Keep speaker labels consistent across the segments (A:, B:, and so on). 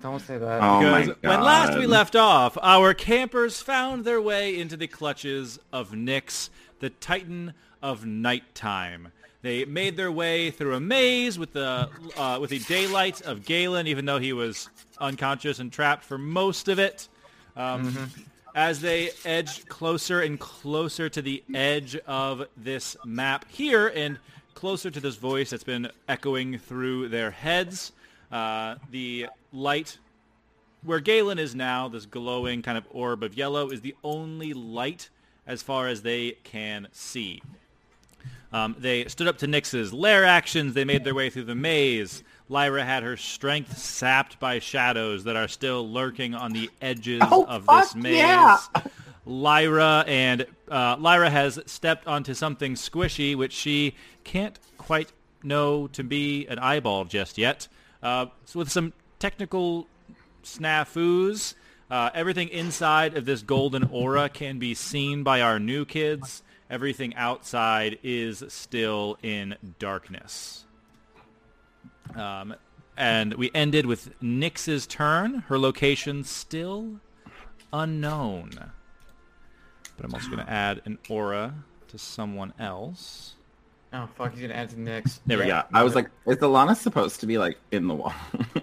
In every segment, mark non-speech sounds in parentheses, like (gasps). A: Don't say that.
B: Oh my
C: Because
B: god.
C: when last we left off, our campers found their way into the clutches of Nyx, the Titan of nighttime. They made their way through a maze with the uh, with the daylight of Galen, even though he was unconscious and trapped for most of it. Um,
B: Mm-hmm.
C: As they edged closer and closer to the edge of this map here, and closer to this voice that's been echoing through their heads, uh, the light where Galen is now, this glowing kind of orb of yellow is the only light as far as they can see. Um, they stood up to Nyx's lair actions. They made their way through the maze. Lyra had her strength sapped by shadows that are still lurking on the edges of this maze. Lyra and uh, Lyra has stepped onto something squishy, which she can't quite know to be an eyeball just yet. Uh, so with some technical snafus. Uh, everything inside of this golden aura can be seen by our new kids. Everything outside is still in darkness. Um, and we ended with Nyx's turn. Her location still unknown. But I'm also going to add an aura to someone else.
A: Oh fuck, he's gonna add to Nick's.
C: There we
B: Yeah, I was like, is Alana supposed to be like in the wall? (laughs)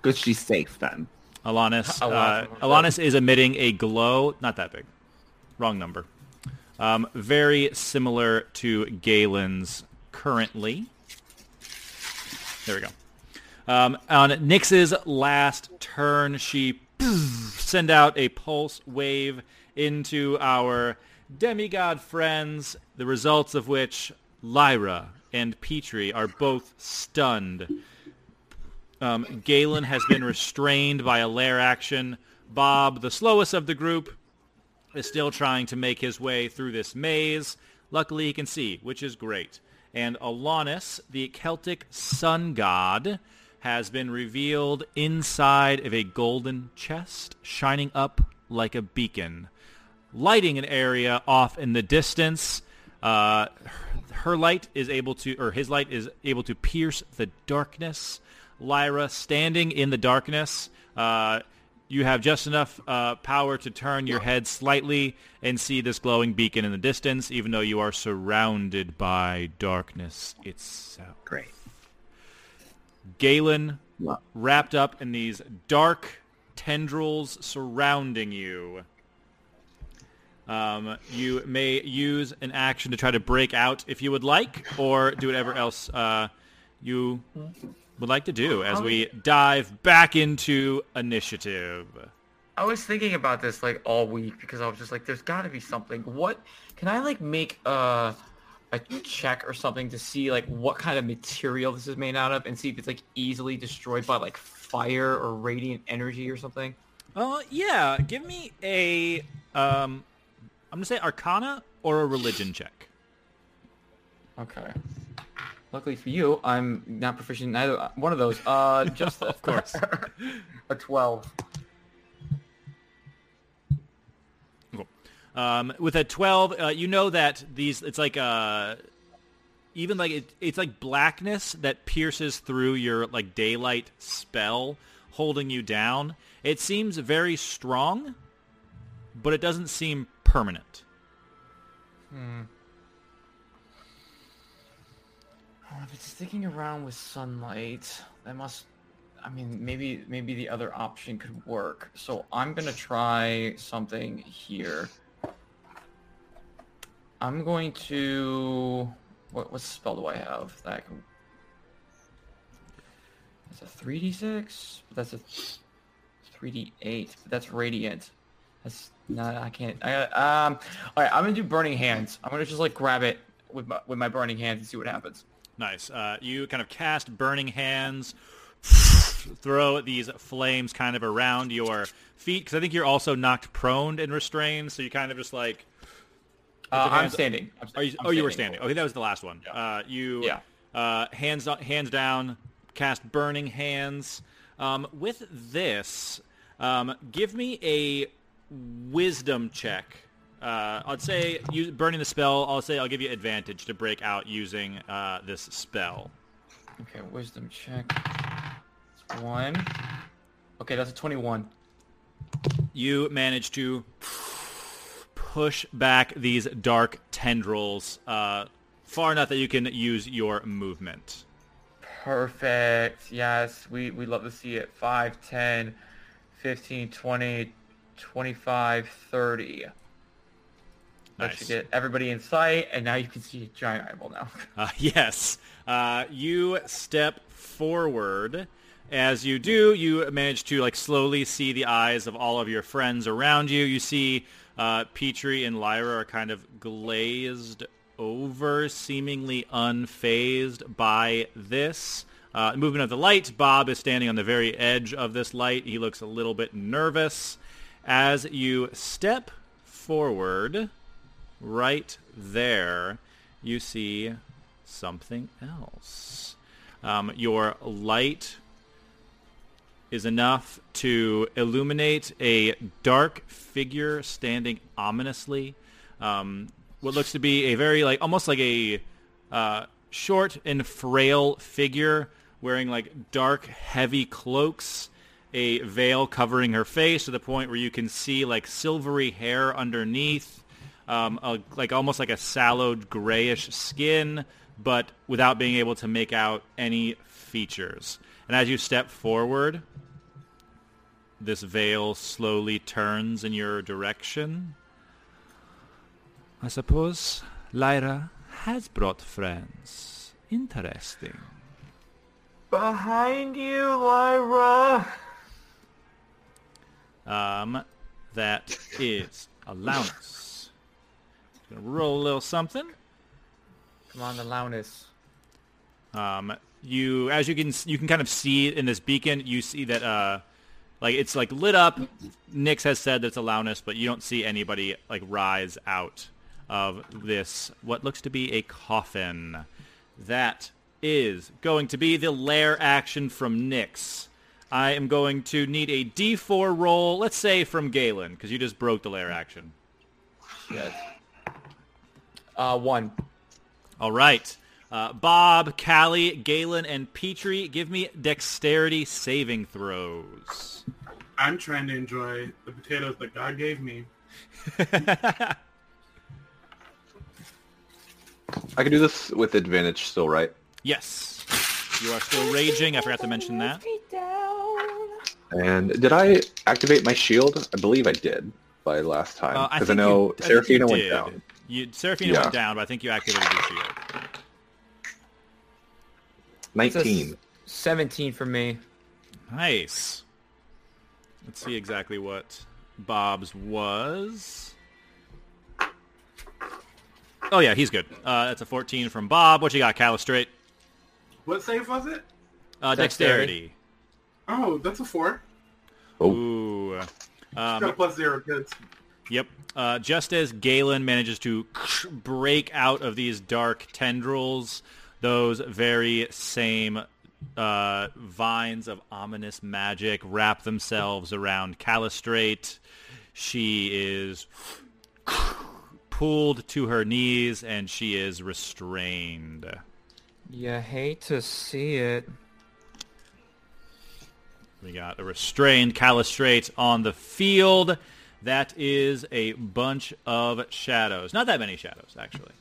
B: Because she's safe then.
C: go. Alanis. Uh,
A: Alanis.
C: Alanis is emitting a glow. Not that big. Wrong number. Um, very similar to Galen's currently. There we go. Um, on Nyx's last turn, she send out a pulse wave into our demigod friends, the results of which Lyra and Petrie are both stunned. Um, Galen has been restrained by a lair action. Bob, the slowest of the group, is still trying to make his way through this maze. Luckily, he can see, which is great. And Alanis, the Celtic sun god, has been revealed inside of a golden chest, shining up like a beacon, lighting an area off in the distance. Uh, her light is able to, or his light is able to pierce the darkness. Lyra, standing in the darkness, uh, you have just enough uh, power to turn your head slightly and see this glowing beacon in the distance, even though you are surrounded by darkness itself.
B: Great.
C: Galen,
B: Lo-
C: wrapped up in these dark tendrils surrounding you. Um, you may use an action to try to break out if you would like, or do whatever else uh, you would like to do as we dive back into initiative.
A: I was thinking about this like all week because I was just like, there's gotta be something. What can I like make a a check or something to see like what kind of material this is made out of and see if it's like easily destroyed by like fire or radiant energy or something?
C: Uh, yeah, give me a, um, I'm gonna say Arcana or a religion check.
A: Okay. Luckily for you, I'm not proficient in either one of those. (laughs) Uh, just of
C: course.
A: a twelve.
C: Cool. Um, with a twelve, uh, you know that these it's like uh even like it, it's like blackness that pierces through your like daylight spell, holding you down. It seems very strong, but it doesn't seem permanent.
A: Well, if it's sticking around with sunlight, that must. I mean, maybe maybe the other option could work. So I'm gonna try something here. I'm going to. What what spell do I have that I can? That's a three d six. That's a three d eight. But that's radiant. That's not. I can't. I gotta, um. All right. I'm gonna do burning hands. I'm gonna just like grab it with my with my burning hands and see what happens.
C: Nice. Uh, you kind of cast burning hands. throw these flames kind of around your feet because I think you're also knocked prone and restrained, so you kind of just like
A: Uh, I'm
C: hands-
A: standing. I'm
C: Are you,
A: I'm
C: oh, you were standing. Okay, that was the last one.
A: Yeah.
C: Uh, you
A: Yeah.
C: uh, hands on, hands down, cast burning hands. Um, with this, um, give me a wisdom check. Uh, I'd say use, burning the spell. I'll say I'll give you advantage to break out using uh, this spell.
A: Okay, wisdom check. That's one. Okay, that's a 21.
C: you manage to push back these dark tendrils uh, far enough that you can use your movement.
A: Perfect. Yes, we, we love to see it. 5, 10, 15, 20, 25, 30. That
C: Nice.
A: should get everybody in sight, and now you can see a giant eyeball now. (laughs)
C: (laughs) Uh, yes, uh, you step forward. As you do, you manage to like slowly see the eyes of all of your friends around you. You see uh, Petrie and Lyra are kind of glazed over, seemingly unfazed by this. Uh, movement of the light. Bob is standing on the very edge of this light. He looks a little bit nervous. As you step forward, right there, you see something else. Um, your light is enough to illuminate a dark figure standing ominously. Um, what looks to be a very like almost like a uh, short and frail figure wearing like dark, heavy cloaks, a veil covering her face to the point where you can see like silvery hair underneath, um, a, like almost like a sallowed grayish skin, but without being able to make out any features. And as you step forward, this veil slowly turns in your direction. I suppose Lyra has brought friends. Interesting.
A: Behind you, Lyra!
C: Um, that is allowance. Gonna roll a little something.
A: Come on, the loudness.
C: Um, you as you can you can kind of see in this beacon, you see that uh, like it's like lit up. Nyx has said that it's a loudness, but you don't see anybody like rise out of this what looks to be a coffin. That is going to be the lair action from Nyx. I am going to need a D4 roll, let's say from Galen, because you just broke the lair action.
A: Shit. Uh, one.
C: All right. Uh, Bob, Callie, Galen, and Petrie, give me dexterity saving throws.
D: I'm trying to enjoy the potatoes that God gave me.
E: I can do this with advantage still, right?
C: Yes. You are still raging. I forgot to mention that.
E: And did I activate my shield? I believe I did by last time. Because I,
C: think
E: know
C: you- Uh, I think you
E: Seraphina went
C: did.
E: down.
C: You, Seraphina
E: Yeah.
C: went down, but I think you activated your shield.
E: 19.
A: 17 for me.
C: Nice. Let's see exactly what Bob's was. Oh, yeah, he's good. Uh, that's a 14 from Bob. What you got, Calistrate?
D: What save was it?
C: Uh,
A: Dexterity.
C: dexterity.
D: Oh, that's a four.
E: Oh,
C: Ooh. Um,
D: It's got a plus zero, kids.
C: Yep. Uh, just as Galen manages to break out of these dark tendrils, those very same uh, vines of ominous magic wrap themselves around Calistrate. She is pulled to her knees and she is restrained.
A: You hate to see it.
C: We got a restrained Calistrate on the field. That is a bunch of shadows. Not that many shadows, actually.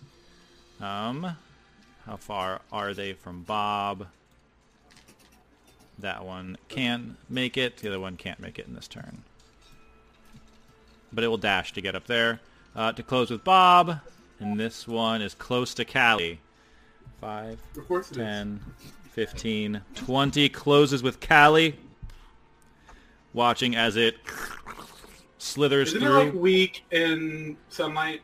C: Um, how far are they from Bob? That one can make it. The other one can't make it in this turn. But it will dash to get up there. Uh, to close with Bob. And this one is close to Callie. Five,
D: Of course it is.
C: 10, 15, 20. Closes with Callie. Watching as it slithers
D: Isn't it
C: through.
D: like weak in sunlight?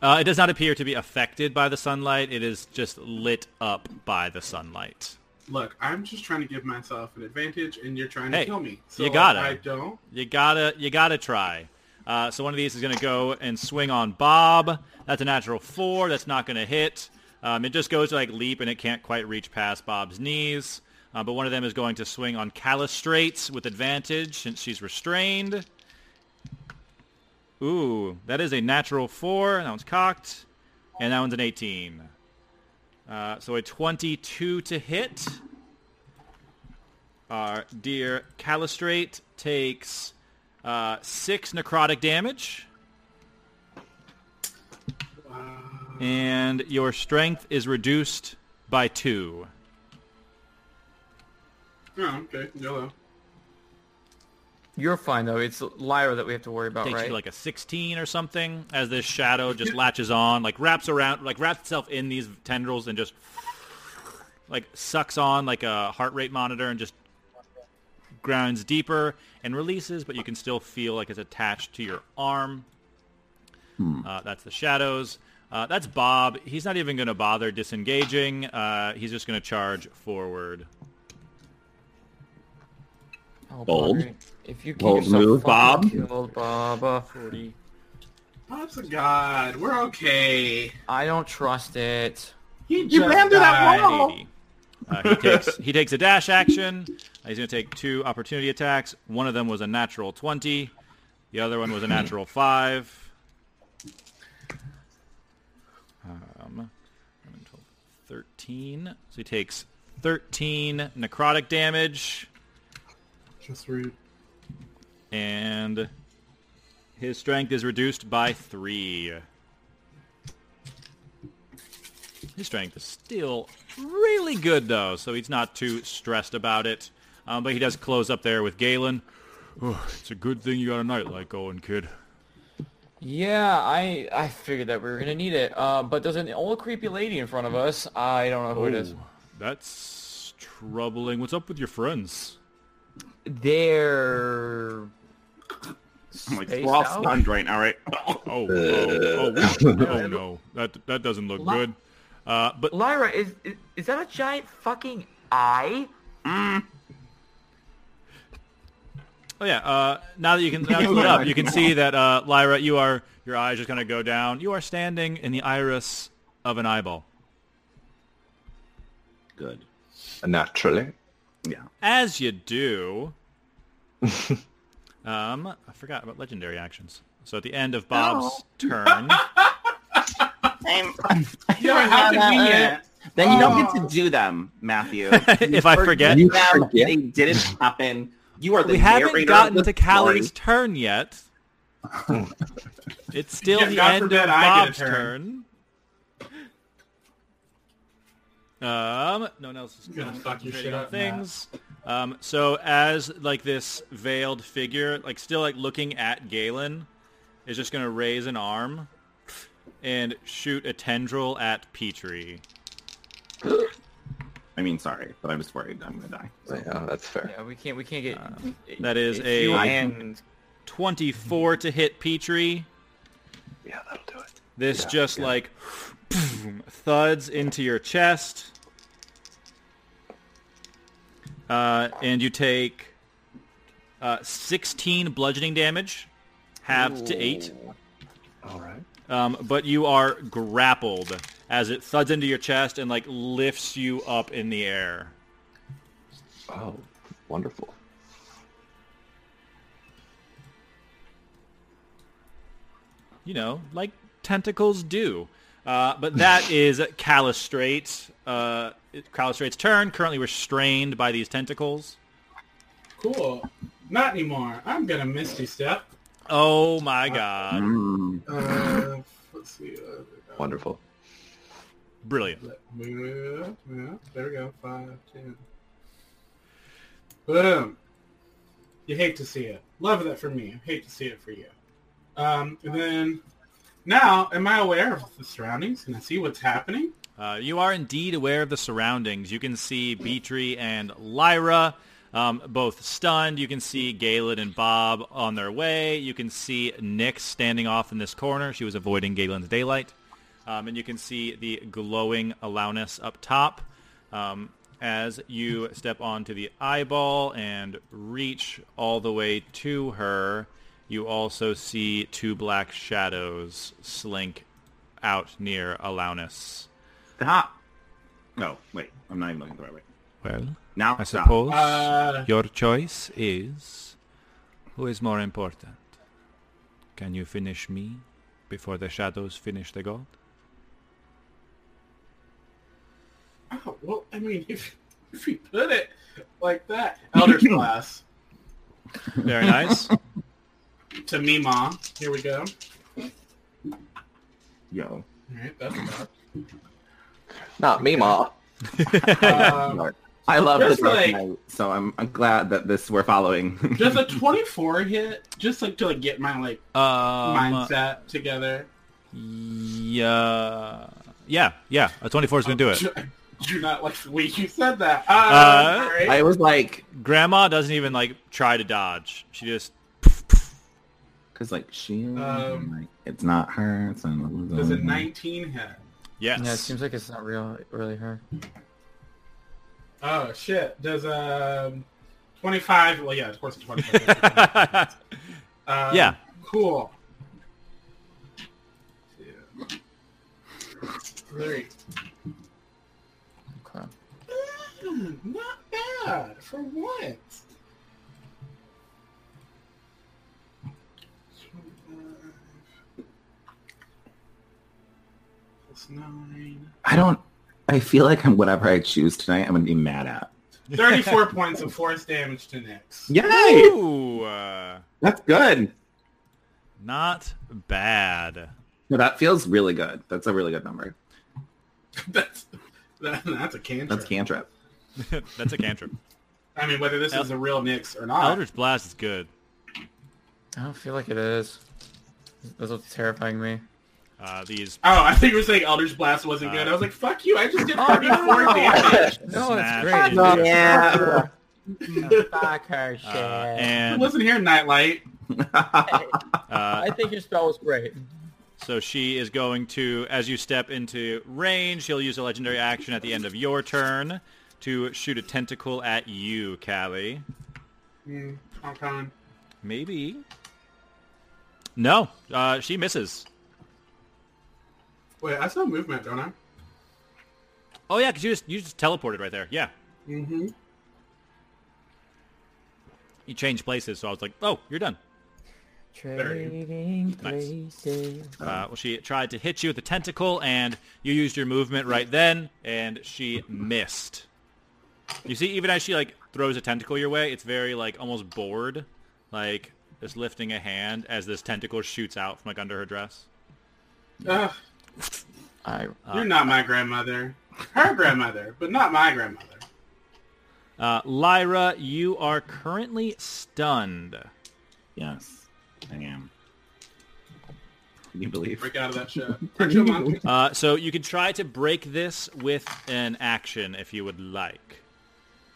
C: Uh, it does not appear to be affected by the sunlight. It is just lit up by the sunlight.
D: look, I'm just trying to give myself an advantage, and you're trying
C: Hey,
D: to kill me. So
C: you gotta.
D: I don't.
C: You gotta, you gotta try. Uh, so one of these is gonna go and swing on Bob. That's a natural four. That's not gonna hit. Um, it just goes to like leap, and it can't quite reach past Bob's knees. Uh, but one of them is going to swing on Calistrates with advantage since she's restrained. Ooh, that is a natural four. That one's cocked, and that one's an 18. Uh, so a 22 to hit. Our Uh, dear Calistrate takes uh, six necrotic damage, and your strength is reduced by two.
D: Oh, okay. Yellow.
A: You're fine though. It's Lyra that we have to worry about,
C: Takes you
A: right?
C: to like a 16 or something as this shadow just latches on, like wraps around, like wraps itself in these tendrils and just like sucks on like a heart rate monitor and just grounds deeper and releases, but you can still feel like it's attached to your arm. Uh, that's the shadows. Uh, that's Bob. He's not even going to bother disengaging. Uh, he's just going to charge forward.
A: Oh,
B: Bold.
A: Bobby, If you get
B: Bold
A: yourself
B: move,
A: fucking
B: Bob.
A: Killed, Bob. uh,
D: Bob's a god. We're okay.
A: I don't trust it.
D: He
B: You
D: just
B: ran through that
D: died.
B: wall.
C: 80. Uh, he takes he takes a dash action. Uh, He's going to take two opportunity attacks. One of them was a natural twenty. The other one was a natural five. Um, 11, 12, 13. So he takes thirteen necrotic damage,
D: Just rude.
C: and his strength is reduced by three. His strength is still really good, though, so he's not too stressed about it. Um, but he does close up there with Galen. Oh, it's a good thing you got a nightlight going, kid.
A: Yeah, I I figured that we were gonna need it. Uh, but there's an old creepy lady in front of us. I don't know who it is.
C: Oh, that's troubling. What's up with your friends?
A: They're
B: I'm like,
A: spaced
B: we're all
A: out?
B: stunned right now, right?
D: (laughs)
C: Oh,
A: (laughs)
C: oh, oh, we- oh no, that that doesn't look
A: Lo-
C: good. Uh, but
A: Lyra, is, is is that a giant fucking eye?
C: Oh yeah. Uh, now that you can now that you look up, you can see that uh, Lyra, you are your eyes just kind of go down. You are standing in the iris of an eyeball.
B: Good.
E: Naturally.
B: Yeah.
C: As you do. um, I forgot about legendary actions. So at the end of Bob's turn, (laughs)
D: You don't (laughs) have to be yet.
B: Then you don't get to do them, Matthew.
C: Oh. (laughs) if I forget,
B: You
E: You
B: them,
E: forget?
B: they didn't happen. You are the
C: we haven't
B: narrator
C: gotten
B: of the
C: to Callie's
B: story.
C: turn yet. It's still
D: Yeah,
C: the
D: God
C: end
D: forbid
C: of
D: I get a
C: Bob's turn.
D: turn.
C: Um, no one else is
D: You're gonna fuck your shit
C: on
D: up,
C: things. Um, so as like this veiled figure, like still like looking at Galen, is just gonna raise an arm and shoot a tendril at Petrie.
B: I mean, sorry, but I was worried I'm gonna die. So.
E: Yeah, that's fair.
A: Yeah, we can't we can't get.
C: That is
A: it's you
C: a-
A: and
C: Twenty-four to hit Petrie.
E: Yeah, that'll do it.
C: This
E: Yeah,
C: just
E: yeah.
C: like thuds into your chest. Uh, and you take uh, 16 bludgeoning damage, halved to 8.
E: All right.
C: Um, but you are grappled as it thuds into your chest and like lifts you up in the air.
E: Oh, wonderful.
C: you know, like tentacles do. Uh, but that is Calistrate. Uh, Calistrate's turn, currently restrained by these tentacles.
D: Cool. Not anymore. I'm gonna misty step.
C: Oh my god.
B: Mm.
D: Uh, let's see. Uh,
E: Wonderful.
C: Brilliant.
D: let- move, move. There we go. Five, ten. Boom. You hate to see it. Love that for me. Hate to see it for you. Um, and then now, am I aware of the surroundings? Can I see what's happening?
C: Uh, you are indeed aware of the surroundings. You can see Beatry and Lyra, um, both stunned. You can see Galen and Bob on their way. You can see Nyx standing off in this corner. She was avoiding Galen's daylight. Um, and you can see the glowing Alaunus up top. Um, as you step onto the eyeball and reach all the way to her. You also see two black shadows slink out near Alaunus.
B: Stop. No, Oh, wait. I'm not even looking the right way.
C: Well,
B: Now
C: I
B: stop.
C: suppose
D: Uh,
C: your choice is who is more important. Can you finish me before the shadows finish the god?
D: Oh, well, I mean, (laughs) if, if we put it like that, Elder's Class
C: Very
D: (laughs)
C: nice. Um,
D: to Mima. Here we go.
B: Yo.
D: All right, that's about.
E: Not me, Ma.
D: Um,
B: Lord. I love
D: Just
B: the dark
D: like-
B: knight, so I'm, I'm glad that this we're following. (laughs)
D: does a 24 hit just like to like get my like
C: Um,
D: mindset together?
C: yeah, yeah, yeah. A twenty-four is gonna do it.
D: Do, do not like the way you said that. Uh,
C: Uh,
D: all right.
B: I was like,
C: Grandma doesn't even like try to dodge. She just
B: cause like she,
D: Um,
B: like, it's not her. It's not,
D: Does a 19 hit?
C: yes.
A: Yeah, it
C: (laughs)
A: seems like it's not real, really her.
D: Oh shit. Does um 25? Well, yeah, of course, (laughs) 25. um,
C: Yeah.
D: Cool. Two, three.
A: Okay.
D: Mm, not bad for once. Plus nine.
B: I don't. I feel like I'm whatever I choose tonight. I'm gonna be mad at.
D: 34 points of force damage to Nyx.
B: Yay!
C: Ooh, uh,
B: That's good.
C: not bad. (laughs)
B: No, that feels really good. That's a really good number.
D: (laughs) That's that, that's a cantrip.
B: That's cantrip.
C: That's a
D: (laughs)
C: cantrip.
D: I mean, whether this is a real Nyx or not.
C: Eldritch Blast is good.
A: I don't feel like it is. That's what's terrifying me.
C: Uh, these
D: Oh, I think you were saying Elder's Blast wasn't good. I was like, fuck you, I just did
A: Oh,
D: 34 (laughs)
A: (laughs)
D: damage.
A: No, it's
C: smash
A: great.
C: into
D: Oh,
C: your-
B: Yeah.
F: Fuck her shit.
C: uh,
D: I
C: and
D: wasn't here, Nightlight.
C: uh,
F: I think your spell was great.
C: So she is going to, as you step into range, she'll use a legendary action at the end of your turn to shoot a tentacle at you, Callie.
D: Mm, I'm coming.
C: Maybe. No, uh, she misses.
D: Wait, I saw movement, don't I?
C: Oh yeah, because you just you just teleported right there. Yeah,
D: Mm-hmm.
C: you changed places, so I was like, oh, you're done.
A: Trading
C: Nice.
A: places.
C: Uh, well, she tried to hit you with the tentacle, and you used your movement right then, and she missed. You see, even as she like throws a tentacle your way, it's very like almost bored, like just lifting a hand as this tentacle shoots out from like under her dress.
D: Ugh,
A: I uh,
D: you're not my grandmother. Her grandmother, but not my grandmother.
C: Uh, Lyra, you are currently stunned.
B: (laughs) yes, I am. Can you believe?
D: Break out of
A: (laughs)
D: that shit. Aren't you a monkey?
C: Uh, so you can try to break this with an action if you would like.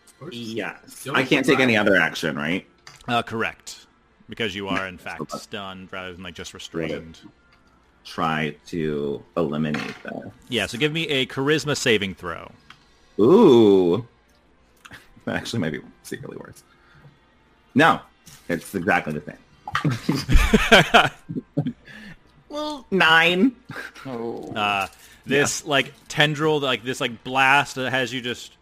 D: Of course.
A: Mm.
B: Yes.
D: Don't
B: I can't take any other action, right?
C: Uh, correct, because you are in fact stunned rather than like just restrained.
B: Try to eliminate that.
C: Yeah. So give me a charisma saving throw.
B: Ooh. (laughs) That actually might be secretly worse. No, it's exactly the same. (laughs) well, nine.
A: oh.
C: uh, this like tendril like this like blast that has you just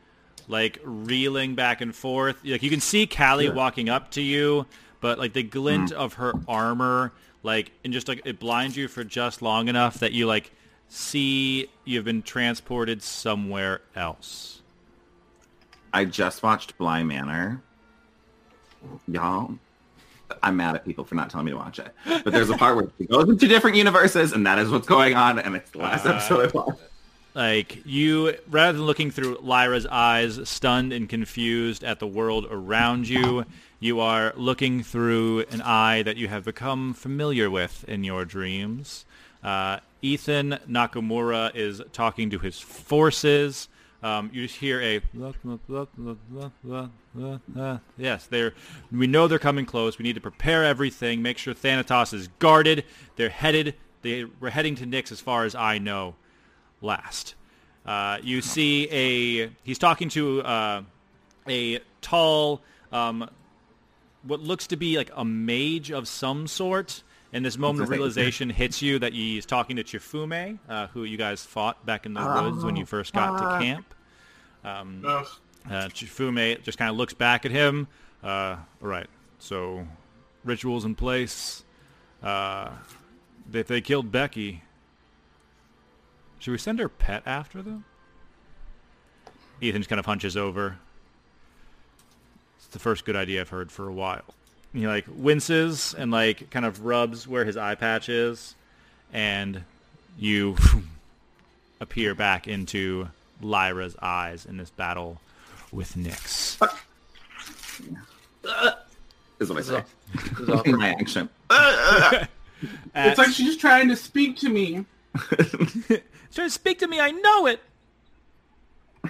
C: like reeling back and forth like you can see callie walking up to you but like the glint of her armor like and just like it blinds you for just long enough that you like see you've been transported somewhere else
B: I just watched Bly Manor. Y'all, I'm mad at people for not telling me to watch it. But there's a part where she goes into different universes, and that is what's going on, and it's the last
C: Uh,
B: episode I watched.
C: like you rather than looking through lyra's eyes stunned and confused at the world around you you are looking through an eye that you have become familiar with in your dreams uh, ethan nakamura is talking to his forces um, you just hear a yes they're we know they're coming close we need to prepare everything make sure thanatos is guarded they're headed they, we're heading to Nyx as far as i know last. Uh, Uh, you see a he's talking to uh, a tall, um, what looks to be like a mage of some sort. And this moment of
B: Right.
C: realization hits you that he's talking to Chifume, uh, who you guys fought back in the woods when you first got to camp.
D: Ugh.
C: Uh, Chifume just kind of looks back at him. Uh, all right, so rituals in place. Uh, if they killed Becky, should we send her pet after them? Ethan just kind of hunches over. It's the first good idea I've heard for a while. And he like winces and like kind of rubs where his eye patch is, and you (laughs) appear back into Lyra's eyes in this battle with Nyx.
B: Is what I say.
A: It was awkward.
B: In (laughs) my action.
D: It's like she's just trying to speak to me.
C: Try to speak to me. I know it.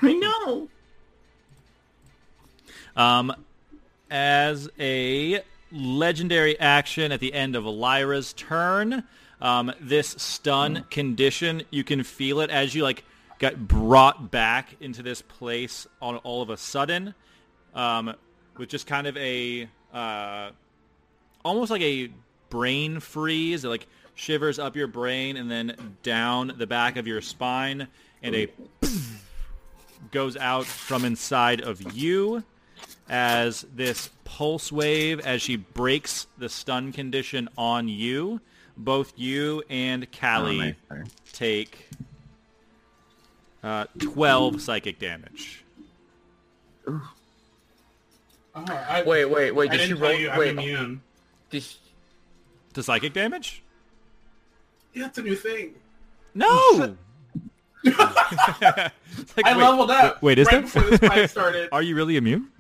B: I know.
C: Um, as a legendary action at the end of Lyra's turn, um, this stun condition, you can feel it as you like got brought back into this place on all of a sudden, um, with just kind of a uh, almost like a brain freeze. It like shivers up your brain and then down the back of your spine, and a (laughs) goes out from inside of you as this pulse wave as she breaks the stun condition on you. Both you and Callie
B: Oh, nice, sir.
C: take uh, 12 psychic damage.
D: Oh, I,
A: Wait, wait,
D: I
A: wait. Did she
D: didn't tell
A: roll?
D: you I'm
A: Wait,
D: immune.
A: did she,
C: To psychic damage?
D: Yeah, it's a new thing.
C: (laughs) No! It's like,
D: I
C: wait,
D: leveled up.
C: wait, is
D: right
C: there-
D: before this fight started?
A: (laughs)
C: Are you really immune?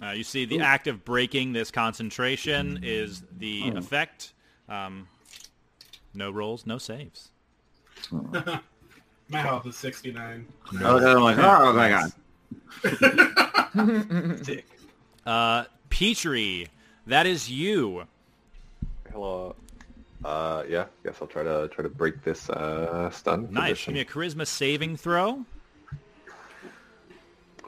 C: Uh, you see, the act of breaking this concentration is the effect. Um, no rolls, no saves.
D: My health is 69.
B: I look at him like, oh my god.
C: Uh, Petrie, that is you.
E: Hello. Uh, yeah. Guess I'll try to try to break this uh stun.
C: Nice. Give
E: position.
C: me a charisma saving throw.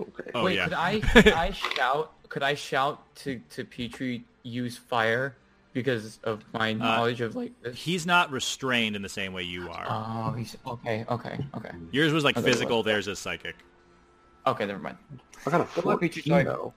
E: Okay.
C: Oh
A: wait
C: yeah. (laughs)
A: could I, could I shout? Could I shout to to Petrie use fire because of my knowledge of like this?
C: He's not restrained in the same way you are.
A: Oh, he's okay, okay, okay,
C: Yours was like
A: okay,
C: physical. Theirs is psychic.
A: okay. Never mind.
E: I got a
A: Good luck, Peachy
E: 14
A: Tiger.
E: though.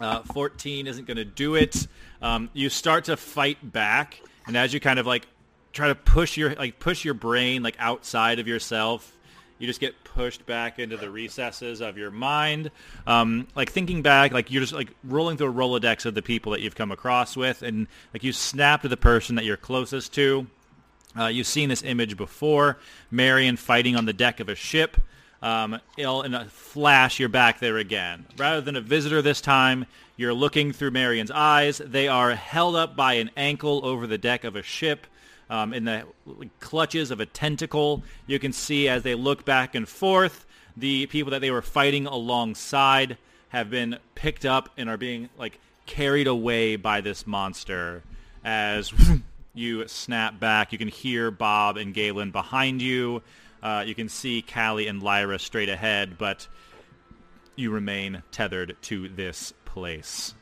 C: Uh, 14 isn't going to do it. Um, you start to fight back, and as you kind of like try to push your like push your brain like outside of yourself, you just get pushed back into the recesses of your mind. Um, like thinking back, like you're just like rolling through a rolodex of the people that you've come across with, and like you snap to the person that you're closest to. Uh, you've seen this image before. Marion fighting on the deck of a ship. Um, it'll- in a flash, you're back there again. Rather than a visitor this time, you're looking through Marion's eyes. They are held up by an ankle over the deck of a ship um, in the clutches of a tentacle. You can see as they look back and forth, the people that they were fighting alongside have been picked up and are being like carried away by this monster as (laughs) you snap back you can hear bob and galen behind you uh, you can see callie and lyra straight ahead but you remain tethered to this place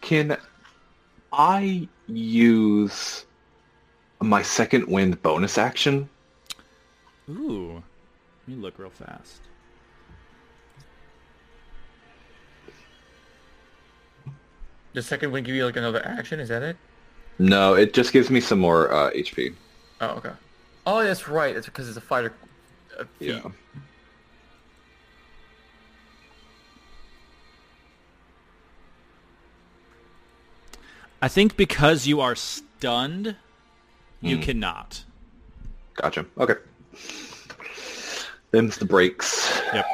E: Can I use my second wind bonus action?
C: ooh let me look real fast
A: The second wing give you like another action. Is that it?
E: No, it just gives me some more uh, HP.
A: Oh, okay. Oh, that's right. That's because it's a fighter. A feat.
E: Yeah.
C: i think because you are stunned you
E: Hmm.
C: cannot
E: Gotcha. Okay. Them's the breaks.
C: yep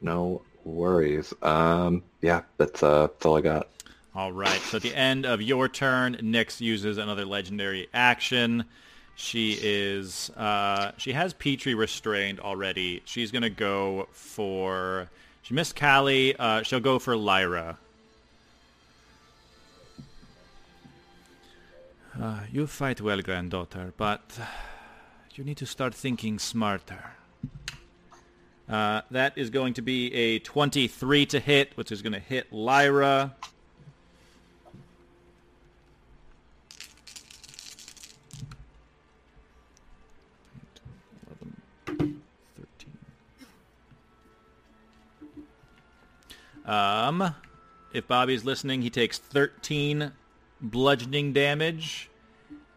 E: No worries. Um, yeah, that's uh, that's all I got.
C: All right. So at the end of your turn, Nyx uses another legendary action. She is uh, she has Petrie restrained already. She's gonna go for she missed Callie. Uh, she'll go for Lyra. Uh, you fight well, granddaughter, but you need to start thinking smarter. Uh, that is going to be a 23 to hit, which is going to hit Lyra. Um, if Bobby's listening, he takes 13 bludgeoning damage,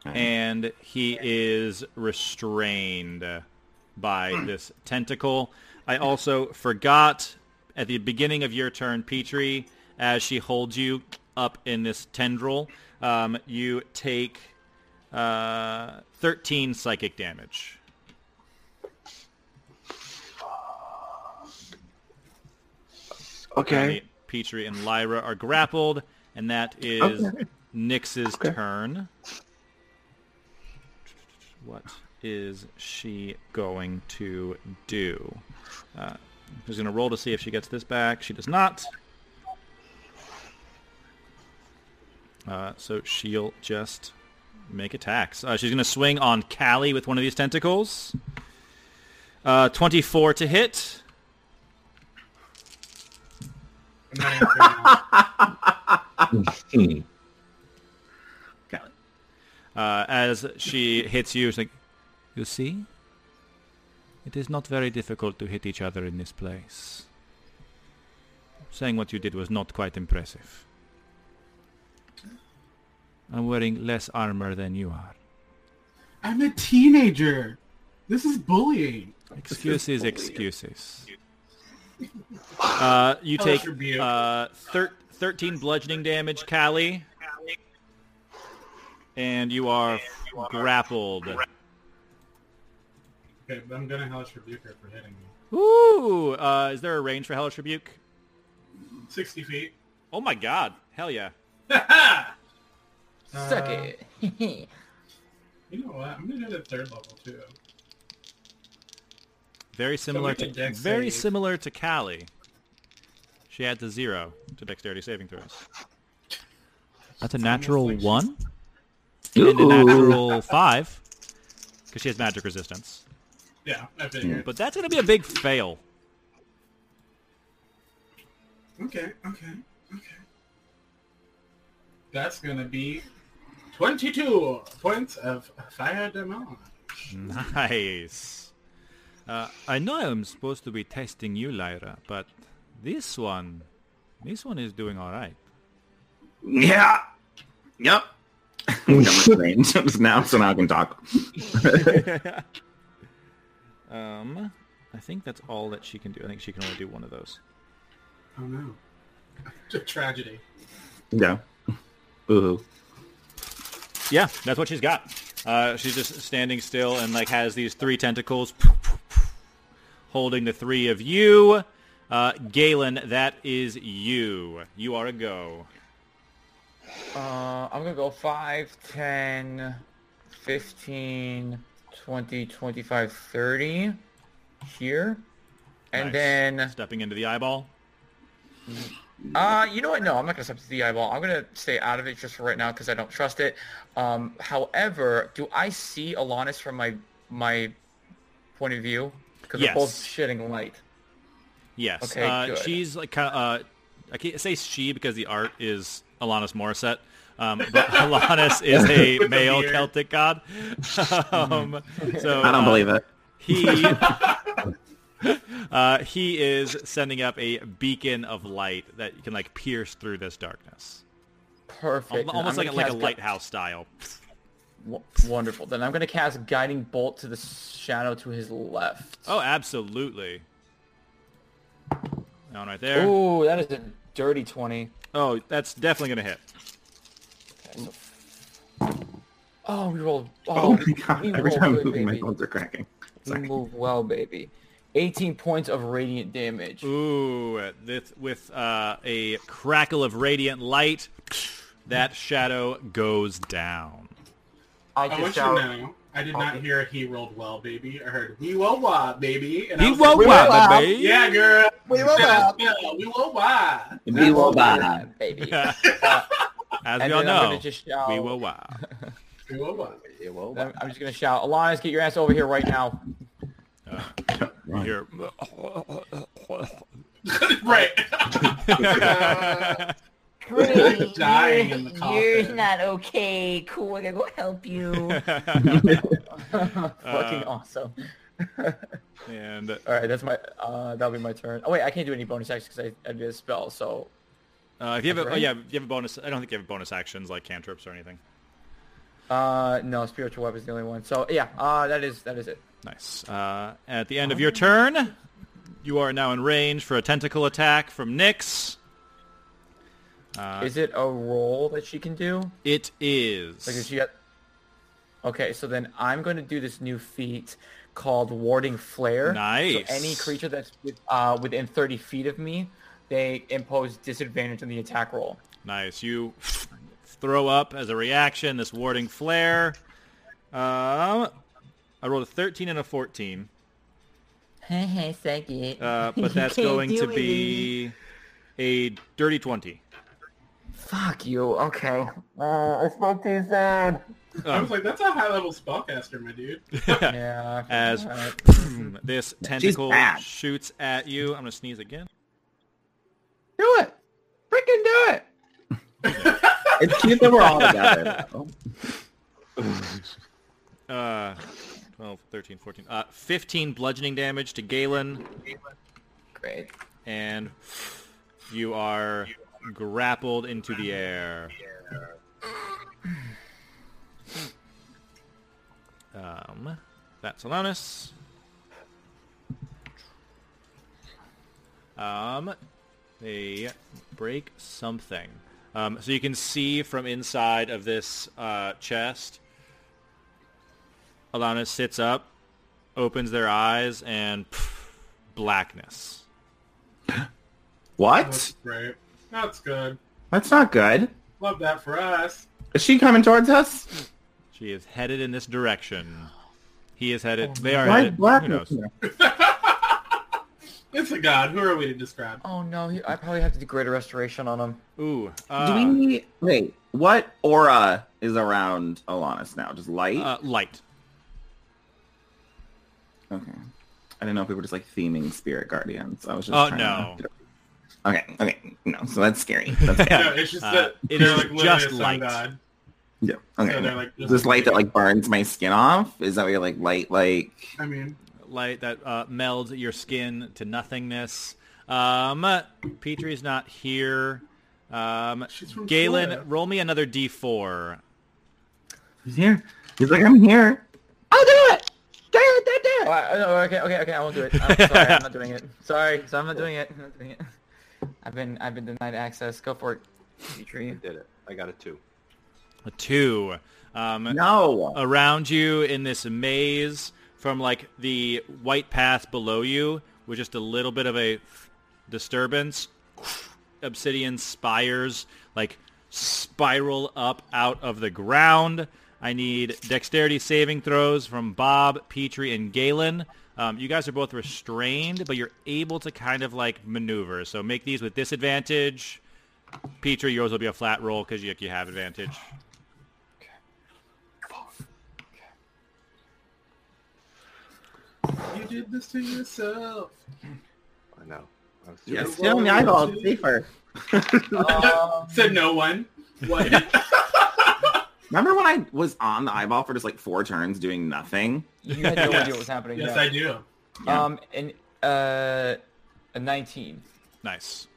C: and he is restrained by this tentacle. I also forgot at the beginning of your turn, Petrie, as she holds you up in this tendril, um, you take uh, 13 psychic damage.
E: Okay.
C: Currently, Petrie and Lyra are grappled, and that is Nyx's turn. What is she going to do? Uh, she's going to roll to see if she gets this back. She does not. Uh, so she'll just make attacks. Uh, she's going to swing on Callie with one of these tentacles. Uh, 24 to hit.
D: I'm not even kidding.
B: Got it.
C: uh, as she hits you. She's like, "You see, it is not very difficult to hit each other in this place." Saying what you did was not quite impressive. I'm wearing less armor than you are.
D: I'm a teenager. This is bullying.
C: (laughs) Excuses, excuses. Uh, you take
D: Rebuke.
C: uh, thir- 13 bludgeoning damage, Callie. And you are grappled.
D: Okay, but I'm gonna hellish rebuke her for hitting me.
C: Ooh! Uh, is there a range for Hellish Rebuke?
D: Sixty feet.
C: Oh my god. Hell yeah.
A: Suck
C: Uh,
A: it. (laughs)
D: You know what? I'm gonna do the third level too.
C: Very similar
D: make a
C: to
D: dex
C: very
D: save.
C: similar to Callie. She adds a zero to dexterity saving throws. That's a natural
D: like she's-
C: one and a natural five because she has magic resistance.
D: Yeah, I figured.
C: But that's gonna be a big fail. (laughs)
D: Okay, okay, okay. That's gonna be twenty-two points of fire damage.
C: Nice. Uh, I know I'm supposed to be testing you, Lyra, but this one, this one is doing all right.
B: Yeah.
E: (laughs)
B: Yep. I'm restrained (laughs) now, so now I can talk.
C: Um, I think that's all that she can do. I think she can only do one of those.
D: Oh no! It's (laughs) a tragedy.
B: Yeah. Boo.
C: Yeah, that's what she's got. Uh, she's just standing still and like has these three tentacles holding the three of you. Uh, Galen, that is you. You are a go.
A: Uh, I'm gonna go 5, 10, 15, 20, 25, 30 here. And
C: Nice.
A: then,
C: stepping into the eyeball.
A: uh, you know what? No, I'm not gonna step to the eyeball. I'm gonna stay out of it just for right now because I don't trust it. Um, however, do I see Alanis from my my point of view? Because
C: Yes.
A: we're both shitting light.
C: Yes.
A: Okay,
C: uh,
A: good.
C: She's like kind of. Uh, I can't say she because the art is Alanis Morissette, um, but (laughs) Alanis
A: (laughs)
C: is a male
D: beard.
C: Celtic god. (laughs) Um, so
B: I
C: uh,
B: don't believe it.
C: he (laughs) uh, he is sending up a beacon of light that can like pierce through this darkness, Al-
A: Perfect. and
C: almost
A: I'm
C: like a,
A: gonna
C: like a
A: cast Gu-
C: lighthouse style.
A: W- wonderful. Then I'm gonna cast Guiding Bolt to the shadow to his left.
C: Oh, absolutely. That one right there.
A: Ooh, that is a dirty 20.
C: Oh, that's definitely gonna hit.
A: Okay, so... Oh, we rolled. Oh,
B: Oh my god,
A: we
B: every
A: rolled
B: time I
A: good,
B: move, my
A: baby.
B: bones are cracking.
A: We
B: Sorry.
A: move well, baby. 18 points of radiant damage.
C: Ooh, this, with uh, a crackle of radiant light, that shadow goes down.
A: I
D: I want
A: just
D: you
A: shout.
D: to know, I did not hear he rolled well, baby. I heard we will wah, baby. And I
C: He
D: was like,
C: won't
F: wow.
C: baby.
D: Yeah, girl.
F: We will
D: Yeah,
F: wah.
D: yeah, we will wah.
B: We will buy.
A: baby.
C: As
A: And
C: we all
A: then I'm
C: know,
A: gonna just shout- (laughs)
C: we will wow.
D: It will what?
G: Yeah, well,
A: Oh I'm I'm just gonna shout, Alanis, get your ass over here right now.
C: You hear-
D: Right.
C: Uh.
D: (laughs)
H: Cody,
C: (laughs)
D: Dying
H: you're,
D: in the coffin.
H: you're not okay. Cool, I gotta go
C: (laughs)
H: help you. (laughs)
A: Fucking awesome.
C: and
A: All right, that's my. Uh, that'll be my turn. Oh wait, I can't do any bonus actions because I, I did a spell. So
C: uh, if you have a, oh
A: Right?
C: yeah, if you have a bonus. I don't think you have bonus actions like cantrips or anything.
A: uh, no, spiritual weapon is the only one. So yeah, uh, that is that is it.
C: Nice. Uh, at the end of your turn, you are now in range for a tentacle attack from Nyx. Uh,
A: Is it a roll that she can do?
C: it is.
A: Like, does she got? Okay, so then I'm going to do this new feat called Warding Flare.
C: Nice.
A: So any creature that's with, uh, within 30 feet of me, they impose disadvantage on the attack roll.
C: Nice. You throw up as a reaction this warding flare. Um, I rolled a 13 and a 14,
H: Suck it.
C: uh,
H: (laughs) You
C: but that's
H: can't
C: going
H: do
C: to
H: it.
C: be a dirty 20.
I: Fuck you. Okay.
B: Uh,
D: I was like, that's a high level spellcaster, my dude. (laughs)
A: Yeah.
C: As
A: all right.
C: (clears throat) this tentacle
B: bad.
C: shoots at you. I'm going to sneeze again.
B: Do it. Freaking do it. it's cute that we're all together. though.
C: Uh, 12, 13, 14. Uh, 15 bludgeoning damage to Galen,
A: Great.
C: and you are grappled into the air. Um, that's Alanis. Um, they break something. Um, so you can see from inside of this uh, chest, Alanis sits up, opens their eyes, and pff, blackness.
B: What?
D: That's great. That's good.
B: That's not good.
D: Love that for us.
B: Is she coming towards us?
C: She is headed in this direction. He is headed. they are
B: Why
C: headed. Who
B: blackness?
C: knows?
D: It's a god. Who are we to describe?
A: Oh no, he- I probably have to do greater restoration on him.
C: Ooh.
B: Do we
C: Uh,
B: need... Wait, what aura is around Alanis now? Just light?
C: uh, light.
B: okay. I didn't know if we were just like theming spirit guardians. I was just
C: Oh,
B: trying
C: no.
B: to- Okay, okay. No, so that's scary.
C: (laughs)
B: That's scary.
D: No, it's just
C: Uh,
D: that
C: it
D: they're
C: is
D: like literally
C: just
D: a sun
C: light.
D: god.
B: Yeah. Okay.
D: So they're,
B: no.
D: like, just-
B: this light that like burns my skin off? Is that what you're like light like
D: I mean,
C: Light that uh, melds your skin to nothingness. Um, Petrie's not here. Um,
D: She's from
C: Galen,
D: Florida.
C: roll me another d4.
B: He's here. He's like, I'm here. I'll do it! Do it, do it, do
A: Oh,
B: it!
A: I- oh, okay, okay, okay. I won't do it. I'm sorry, I'm not doing
B: (laughs)
A: it. Sorry, so I'm not doing it. I'm not doing it. I've been I've been denied access. Go for it. Petrie.
G: did it. I got a two.
C: A two. Um, (laughs)
B: No.
C: around you in this maze from like the white path below you with just a little bit of a disturbance obsidian spires like spiral up out of the ground i need dexterity saving throws from bob petrie and galen um, you guys are both restrained but you're able to kind of like maneuver so make these with disadvantage petrie yours will be a flat roll because you, you have advantage
D: you did this to yourself.
G: I know. I was
B: Yeah,
G: stupid.
B: still me eyeball safer.
A: Um,
D: Said no one.
C: (laughs)
D: What?
B: Remember when I was on the eyeball for just like four turns doing nothing?
A: you had no idea what was happening.
D: yes,
A: yeah.
D: I do.
B: Yeah.
A: Um, and uh, a 19.
C: nice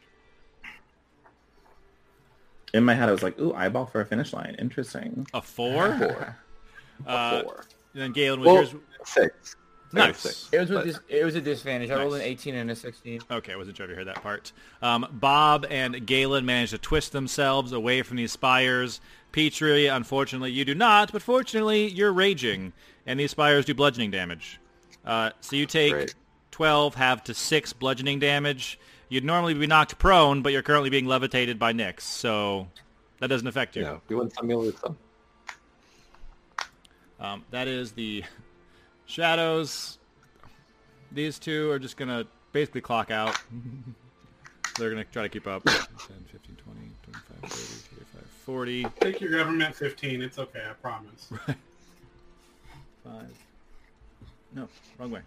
B: In my head, I was like, ooh, eyeball for a finish line. Interesting.
C: A four?
G: Four.
C: Uh,
G: Four.
C: and then Galen was
G: Well,
C: yours.
G: six. I got a
C: Nice.
G: six.
A: It was with
G: But-
A: dis- it was a disadvantage. I rolled an
C: Nice.
A: 18 and a 16.
C: Okay, I wasn't sure if you heard that part. Um, Bob and Galen managed to twist themselves away from these spires. Petrie, unfortunately, you do not, but fortunately, you're raging, and these spires do bludgeoning damage. Uh, so you take
G: Great.
C: 12, half to 6 bludgeoning damage. You'd normally be knocked prone, but you're currently being levitated by Nyx, so that doesn't affect you.
G: You know, you win some, you lose some.
C: Um, that is the (laughs) shadows. These two are just going to basically clock (laughs) out. They're going to try to keep up. 10, 15, 20, 25, 30, 35, 40,
D: Take your government 15. It's okay, I promise.
C: 5. No, wrong way.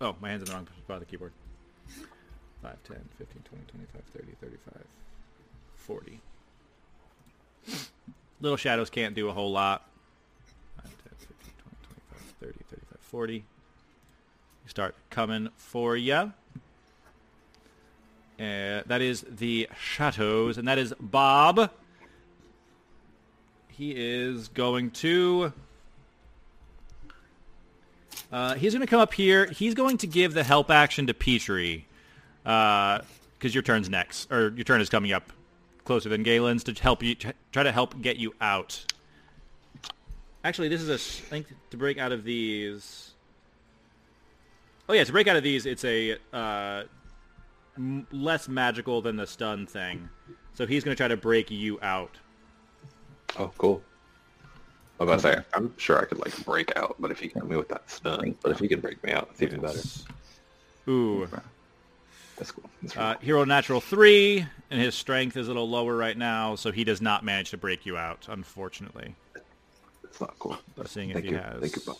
C: Oh, my hand's in the wrong spot of the keyboard. 5, 10, 15, 20, 25, 30, 35, 40. Little shadows can't do a whole lot. 5, 10, 15, 20, 25, 30, 35, 40. You start coming for ya. Uh, that is the shadows, and that is Bob. He is going to uh, he's going to come up here. He's going to give the help action to Petrie because your turn's next, or your turn is coming up closer than Galen's to help you try to help get you out. Actually, this is a strength to break out of these. Oh yeah, to break out of these, it's a uh, m- less magical than the stun thing. So he's going to try to break you out.
E: Oh, cool. I was about to say, I'm sure I could like break out, but if he got me with that stun, but if he can break me out, it's even better.
C: Ooh.
E: That's cool. That's
C: Uh,
E: really
C: hero natural three, and his strength is a little lower right now, so he does not manage to break you out, unfortunately.
E: cool. It's not cool. but
C: Seeing if
E: thank
C: he
E: you.
C: has
E: Thank you, Bob.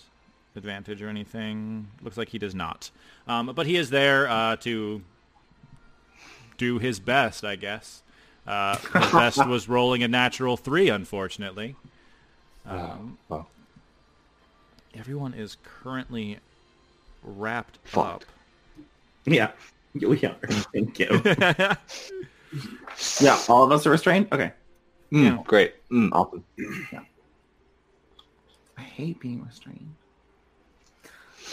C: advantage or anything, looks like he does not. Um, but he is there uh, to do his best, I guess. Uh,
E: (laughs)
C: his best was rolling a natural three, unfortunately.
E: Oh,
C: Everyone is currently wrapped
E: Fucked.
C: up.
B: Yeah. (laughs) We are. Thank
C: (laughs)
B: you. yeah, all of us are restrained? Okay. Mm,
E: great.
B: mm.
E: Awesome.
B: I hate being restrained.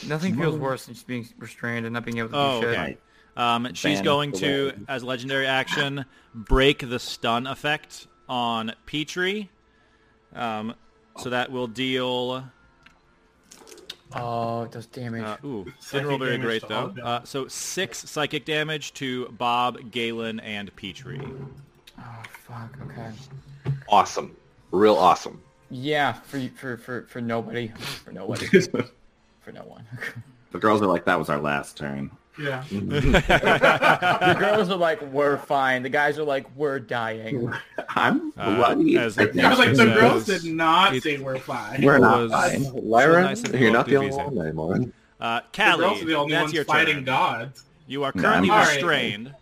A: Nothing feels worse than just being restrained and not being able to
C: Oh,
A: do shit.
C: okay. Um, she's
B: Ban
C: going
B: the
C: to,
B: ban.
C: as legendary action, break the stun effect on Petrie. Um, so that will deal.
A: Oh, it does damage.
C: Uh, ooh, didn't
D: Psychic
C: roll very
D: damage
C: great
D: to all
C: though.
D: of them.
C: Uh, so six psychic damage to Bob, Galen, and
D: (laughs)
C: Petrie.
A: oh, fuck. Okay.
E: Awesome. Real awesome.
A: Yeah, for for for for nobody,
F: (laughs)
A: for nobody,
B: the
A: for no one.
B: girls are like, that was our last turn. (laughs)
D: Yeah.
C: Uh,
A: the girls are like, we're fine. The guys are like, we're dying.
B: I'm
C: Uh,
B: bloody.
C: as-
B: I think
D: I was like, the
C: Says-
D: girls did not
C: it-
D: say we're fine.
B: We're not
C: was-
B: fine.
C: Lyra,
E: Lyra,
C: nice of you
E: you're
C: all
E: not
C: to
E: the
C: be
E: only
C: safe.
E: one anymore.
C: Uh,
D: the girls are the
C: Callie,
D: only
C: that's
D: ones
C: your
D: fighting
C: turn.
D: gods.
C: You are
B: No,
C: currently
B: I'm-
D: All right. (laughs)
C: restrained.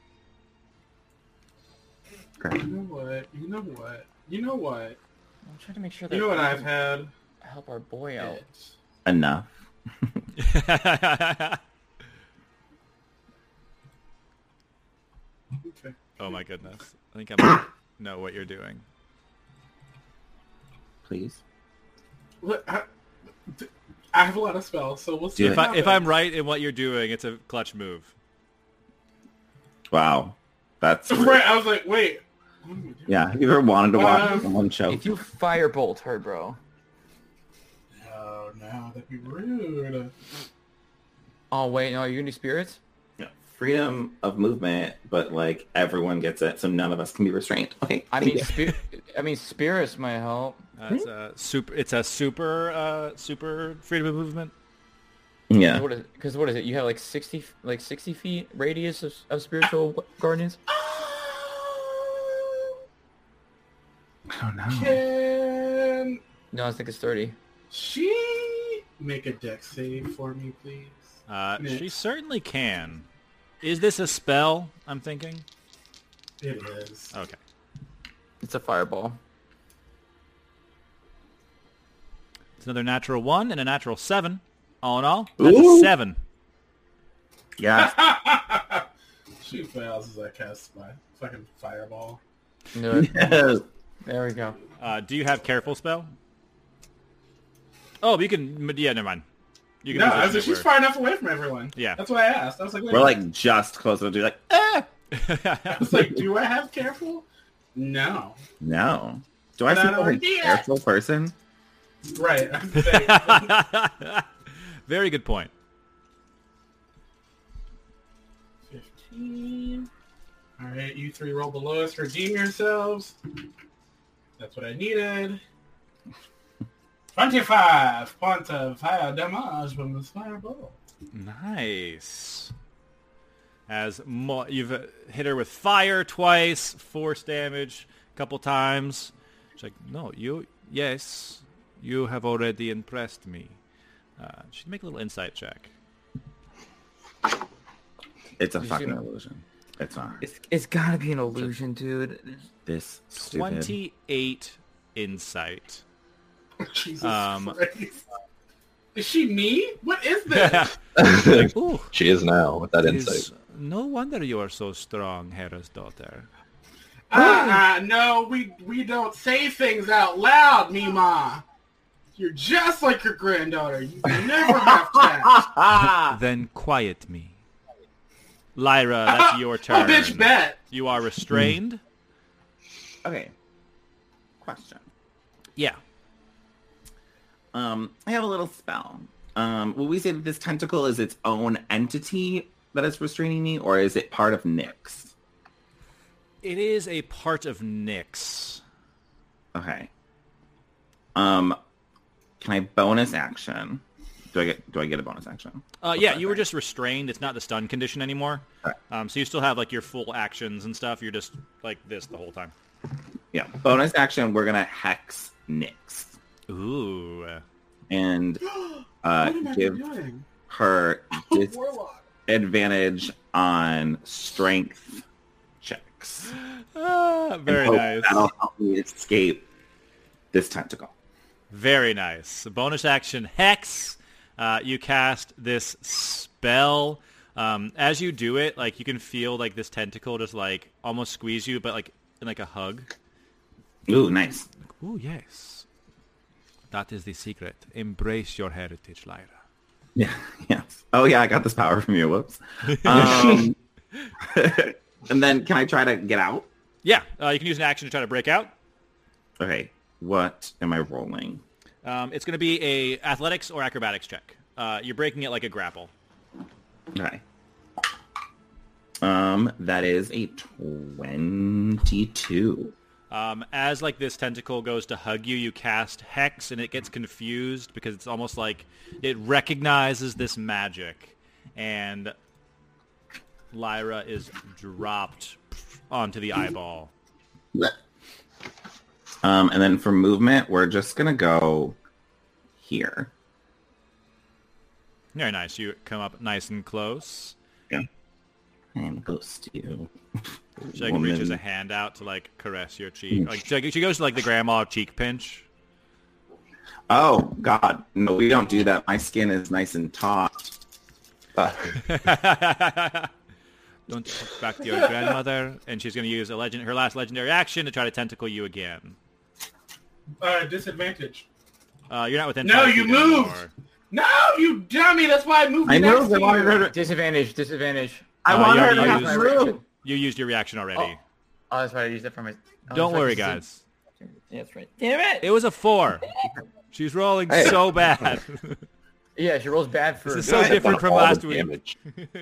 C: (laughs)
D: You know what? You know what? You know what?
A: I'm trying to make sure that
D: You know what
A: we
D: I've
A: can
D: had?
A: help our boy out.
B: Enough.
D: Okay.
C: oh my goodness! I
D: (coughs)
C: think I might know what you're doing.
B: Please.
D: Look, I, th- I have a lot of spells, so we'll see.
B: Do
C: If,
D: what
C: I, if
D: happens.
C: I'm right in what you're doing, it's a clutch move.
B: Wow.
D: (laughs)
B: That's
D: right, I was like, wait. what am I doing?
B: Yeah, have you ever wanted to watch
D: Um,
B: someone choke?
A: If you firebolt her, bro.
D: No, no, that'd be rude.
A: Oh wait, no, you're gonna do spirits.
B: Yeah, Freedom of movement, but like everyone gets it, so none of us can be restrained. Okay.
A: I
B: thank
A: mean,
B: you.
A: spi- I mean, spirits might help.
C: Uh,
D: Hmm?
C: it's a super. It's a super. Uh, super freedom of movement.
B: yeah.
A: What is? Because what is it? You have like sixty, f- like sixty feet radius of, of spiritual gu- guardians.
B: I
C: Oh,
B: don't know.
D: Can
A: No, I think it's thirty.
D: she make a deck save for me, please?
C: Uh,
D: Yeah.
C: She certainly can. Is this a spell? I'm thinking.
D: It is.
C: Okay.
A: It's a fireball.
C: It's another natural one and a natural seven. All in all, that's a
B: Ooh.
C: seven.
B: Yeah.
D: She fails as I cast my fucking fireball.
A: No,
F: (laughs)
B: yes.
A: there we go.
C: Uh, do you have careful spell? Oh, you can. Yeah, never mind. You can
D: No,
C: use
D: I was like,
C: this
D: she's
C: where-
D: far enough away from everyone.
C: Yeah.
D: That's why I asked. I was like, wait,
B: We're like just close enough to be like, ah!
D: I was like, do I have careful? No.
B: No. Do I
D: No,
B: seem
D: no,
B: like a
D: yeah.
B: careful person?
D: Right. (laughs) I was like,
C: (laughs)
D: (laughs)
C: Very good point.
D: 15. All right, you three roll the lowest. Redeem yourselves. That's what I (laughs) needed. 25 points of fire damage from this fireball.
C: Nice. As mo- you've uh, hit her with fire twice, force damage. couple times. She's like, no, you, yes, you have already impressed me. Uh, she'd make a little insight check.
B: It's a fucking illusion. It's not.
F: It's, it's gotta be an illusion, dude.
B: this stupid.
C: 28 insight.
D: Jesus
C: Um,
D: Christ. Is she me? What is
C: (laughs)
D: this?
C: Ooh,
E: She is now with that
C: it is-
E: insight.
C: no wonder you are so strong, Hera's daughter.
D: uh, no, we we don't say things out loud, Mima. You're just like your granddaughter. You never have to.
C: Then quiet me. Lyra, that's your turn.
D: A Oh, bitch bet.
C: You are restrained?
B: Okay. Question.
C: Yeah.
B: Um, I have a little spell. Um, will we say that this tentacle is its own entity that is restraining me, or is it part of Nyx?
C: It is a part of Nyx.
B: Okay. Um, can I bonus action? Do I get do I get a bonus action?
C: Uh, yeah, you were just restrained. It's not the stun condition anymore.
B: Right.
C: Um, so you still have like your full actions and stuff. You're just like this the whole time.
B: Yeah. Bonus action. We're gonna hex Nyx
C: Ooh.
B: and
D: what
B: uh,
D: am I
B: give
D: doing?
B: her
D: Warlock.
B: disadvantage on strength checks.
C: Ah, very
B: hope
C: nice.
B: That'll help me escape this tentacle.
C: Very nice. Bonus action hex. Uh, you cast this spell. Um, as you do it, like you can feel like this tentacle just like almost squeeze you, but like in like a hug.
B: Ooh, nice.
C: Ooh, yes. That is the secret. Embrace your heritage, Lyra.
B: (laughs) Yeah, yes. Oh yeah, I got this power from
C: (laughs)
B: you. Whoops. Um, (laughs) and then can I try to get out?
C: Yeah, uh, you can use an action to try to break out.
B: Okay. What am I rolling?
C: Um, it's going to be a athletics or acrobatics check. Uh, you're breaking it like a grapple.
B: Okay. Um, that is a twenty-two.
C: Um, as like this tentacle goes to hug you, you cast hex, and it gets confused because it's almost like it recognizes this magic, and Lyra is dropped onto the eyeball.
B: Um, and then for movement, we're just gonna go here.
C: Very nice. You come up nice and close.
B: Yeah. I'm close to you.
C: She like,
B: Woman.
C: reaches a hand out to like caress your cheek. Like she, she goes to like the grandma cheek pinch.
B: Oh God, no, we don't do that. My skin is nice and taut.
E: Ah.
C: (laughs) Don't talk back to your grandmother. And she's going to use a legend, her last legendary action to try to tentacle you again.
D: Uh, disadvantage.
C: Uh, you're not within.
D: No,
C: five
D: you
C: feet
D: moved!
C: anymore.
D: No, you dummy. That's why I moved
B: I
D: next
B: know.
D: to
B: I want
D: you.
B: her to.
F: Disadvantage, disadvantage.
B: I
C: Uh,
B: want
C: you
B: her
C: already
B: to
C: used-
B: have room.
C: You used your reaction already.
F: Oh, that's right. I used it for my. oh,
C: Don't
F: that's right,
C: worry,
F: this is-
C: guys.
F: Yeah, that's right. Damn it!
C: It was a four. She's rolling
E: Hey.
C: so bad. (laughs)
F: Yeah, she rolls bad for.
C: this is so different
E: Done
C: from
E: all the
C: last week.
E: damage.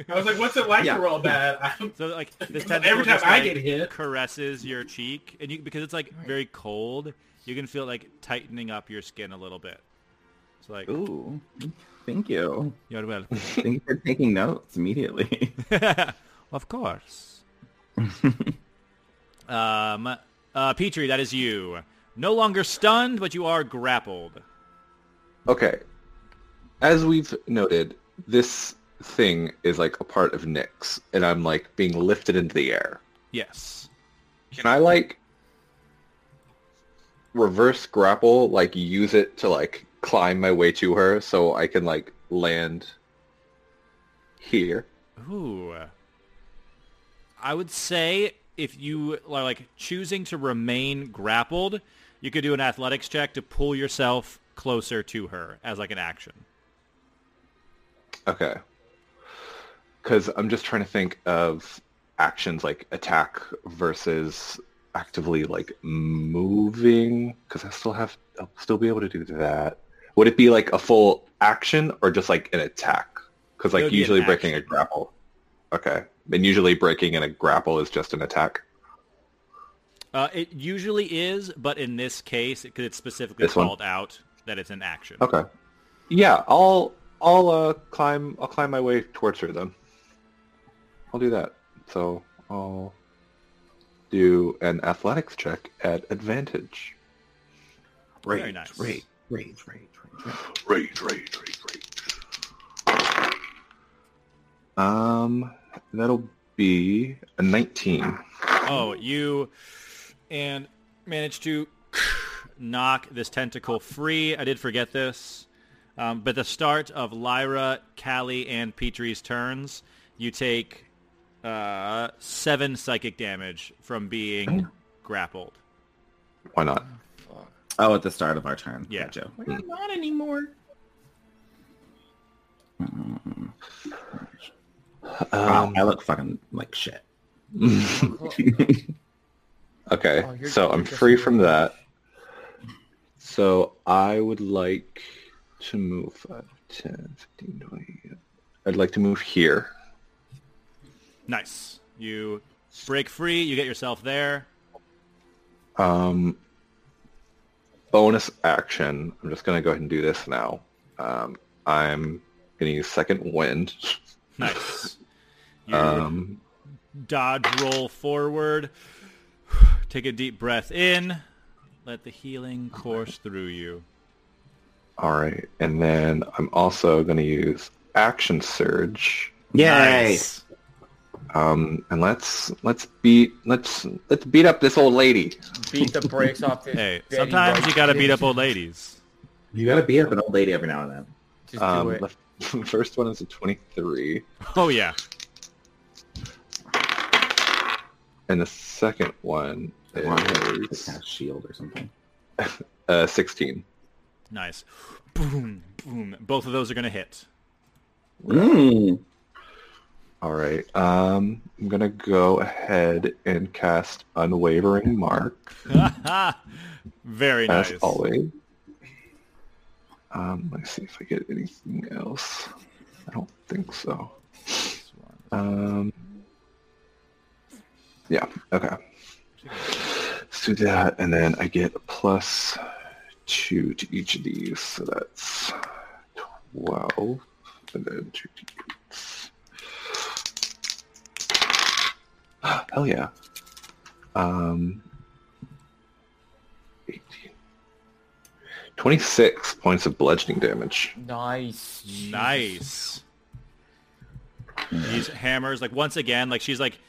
D: I was like, what's it like
B: Yeah.
D: to roll bad? (laughs) I'm,
C: So like this tentacle
D: Every time
C: just,
D: I
C: like,
D: get hit.
C: caresses your cheek, and you because it's like very cold, you can feel it, like tightening up your skin a little bit. It's like
B: Ooh, thank you.
C: you're well.
B: Thank you for taking notes immediately. (laughs)
C: of course. (laughs) um, uh, Petrie, that is you. No longer stunned, but you are grappled.
E: Okay. As we've noted, this thing is like a part of Nyx, and I'm like being lifted into the air.
C: Yes.
E: Can I like reverse grapple, like use it to like climb my way to her so I can like land here?
C: Ooh. I would say if you are like choosing to remain grappled, you could do an athletics check to pull yourself closer to her as like an action.
E: Okay. Because I'm just trying to think of actions like attack versus actively like moving. Because I still have, I'll still be able to do that. Would it be like a full action or just like an attack? Because
C: It
E: like
C: would be an
E: usually breaking a
C: action.
E: grapple. Okay. And usually breaking in a grapple is just an attack.
C: Uh, it usually is, but in this case, because it's specifically
E: This one?
C: called out that it's an action.
E: Okay. Yeah, I'll I'll uh, climb I'll climb my way towards her then. I'll do that. So I'll do an athletics check at advantage.
C: Very
B: Rage,
C: nice.
B: Rage, rage, rage, rage, rage.
E: Rage, rage, rage, rage. Um, that'll be a 19.
C: Oh, you and managed to (laughs) knock this tentacle free. I did forget this. Um, but the start of Lyra, Callie, and Petrie's turns, you take uh, seven psychic damage from being grappled.
E: Why not?
B: Oh, at the start of our turn.
C: Yeah.
B: Gotcha.
D: We're not anymore.
B: Wow,
E: Um,
B: I look fucking like shit.
E: Okay,
A: Oh, you're-
E: so I'm
A: you're
E: free
A: just-
E: from that. So I would like to move uh, 5, 10, 15, 20. I'd like to move here.
C: Nice. You break free. You get yourself there.
E: Um, bonus action. I'm just going to go ahead and do this now. Um, I'm going to use second wind.
C: Nice. You
E: Um,
C: dodge roll forward. Take a deep breath in. Let the healing course through you.
E: all right, and then I'm also going to use action surge.
B: Yay!
C: Nice.
E: Um, and let's let's beat let's let's beat up this old lady.
A: (laughs) Beat the brakes off this.
C: Hey,
A: Betty
C: sometimes
A: White
C: you gotta
A: bitch.
C: beat up old ladies.
B: You gotta beat up an old lady every now and then.
A: Just do
E: Um,
A: it.
E: the (laughs) f- first one is a 23,
C: Oh yeah.
E: and the second one
B: I want her to
E: is
B: cast shield or something.
E: uh, 16.
C: Nice. Boom, boom. Both of those are gonna hit. (laughs)
B: Mm.
E: All right, um, I'm gonna go ahead and cast Unwavering Mark
C: Very
E: as
C: nice.
E: always. Um, let me see if I get anything else. I don't think so.
C: This one.
E: Um, yeah, okay. Let's do that, and then I get a plus two to each of these, so that's 12, and then two d8s. (gasps) Hell yeah. Um, 18. 26 points of bludgeoning damage.
A: Nice.
C: Nice. These hammers, like once again, like she's like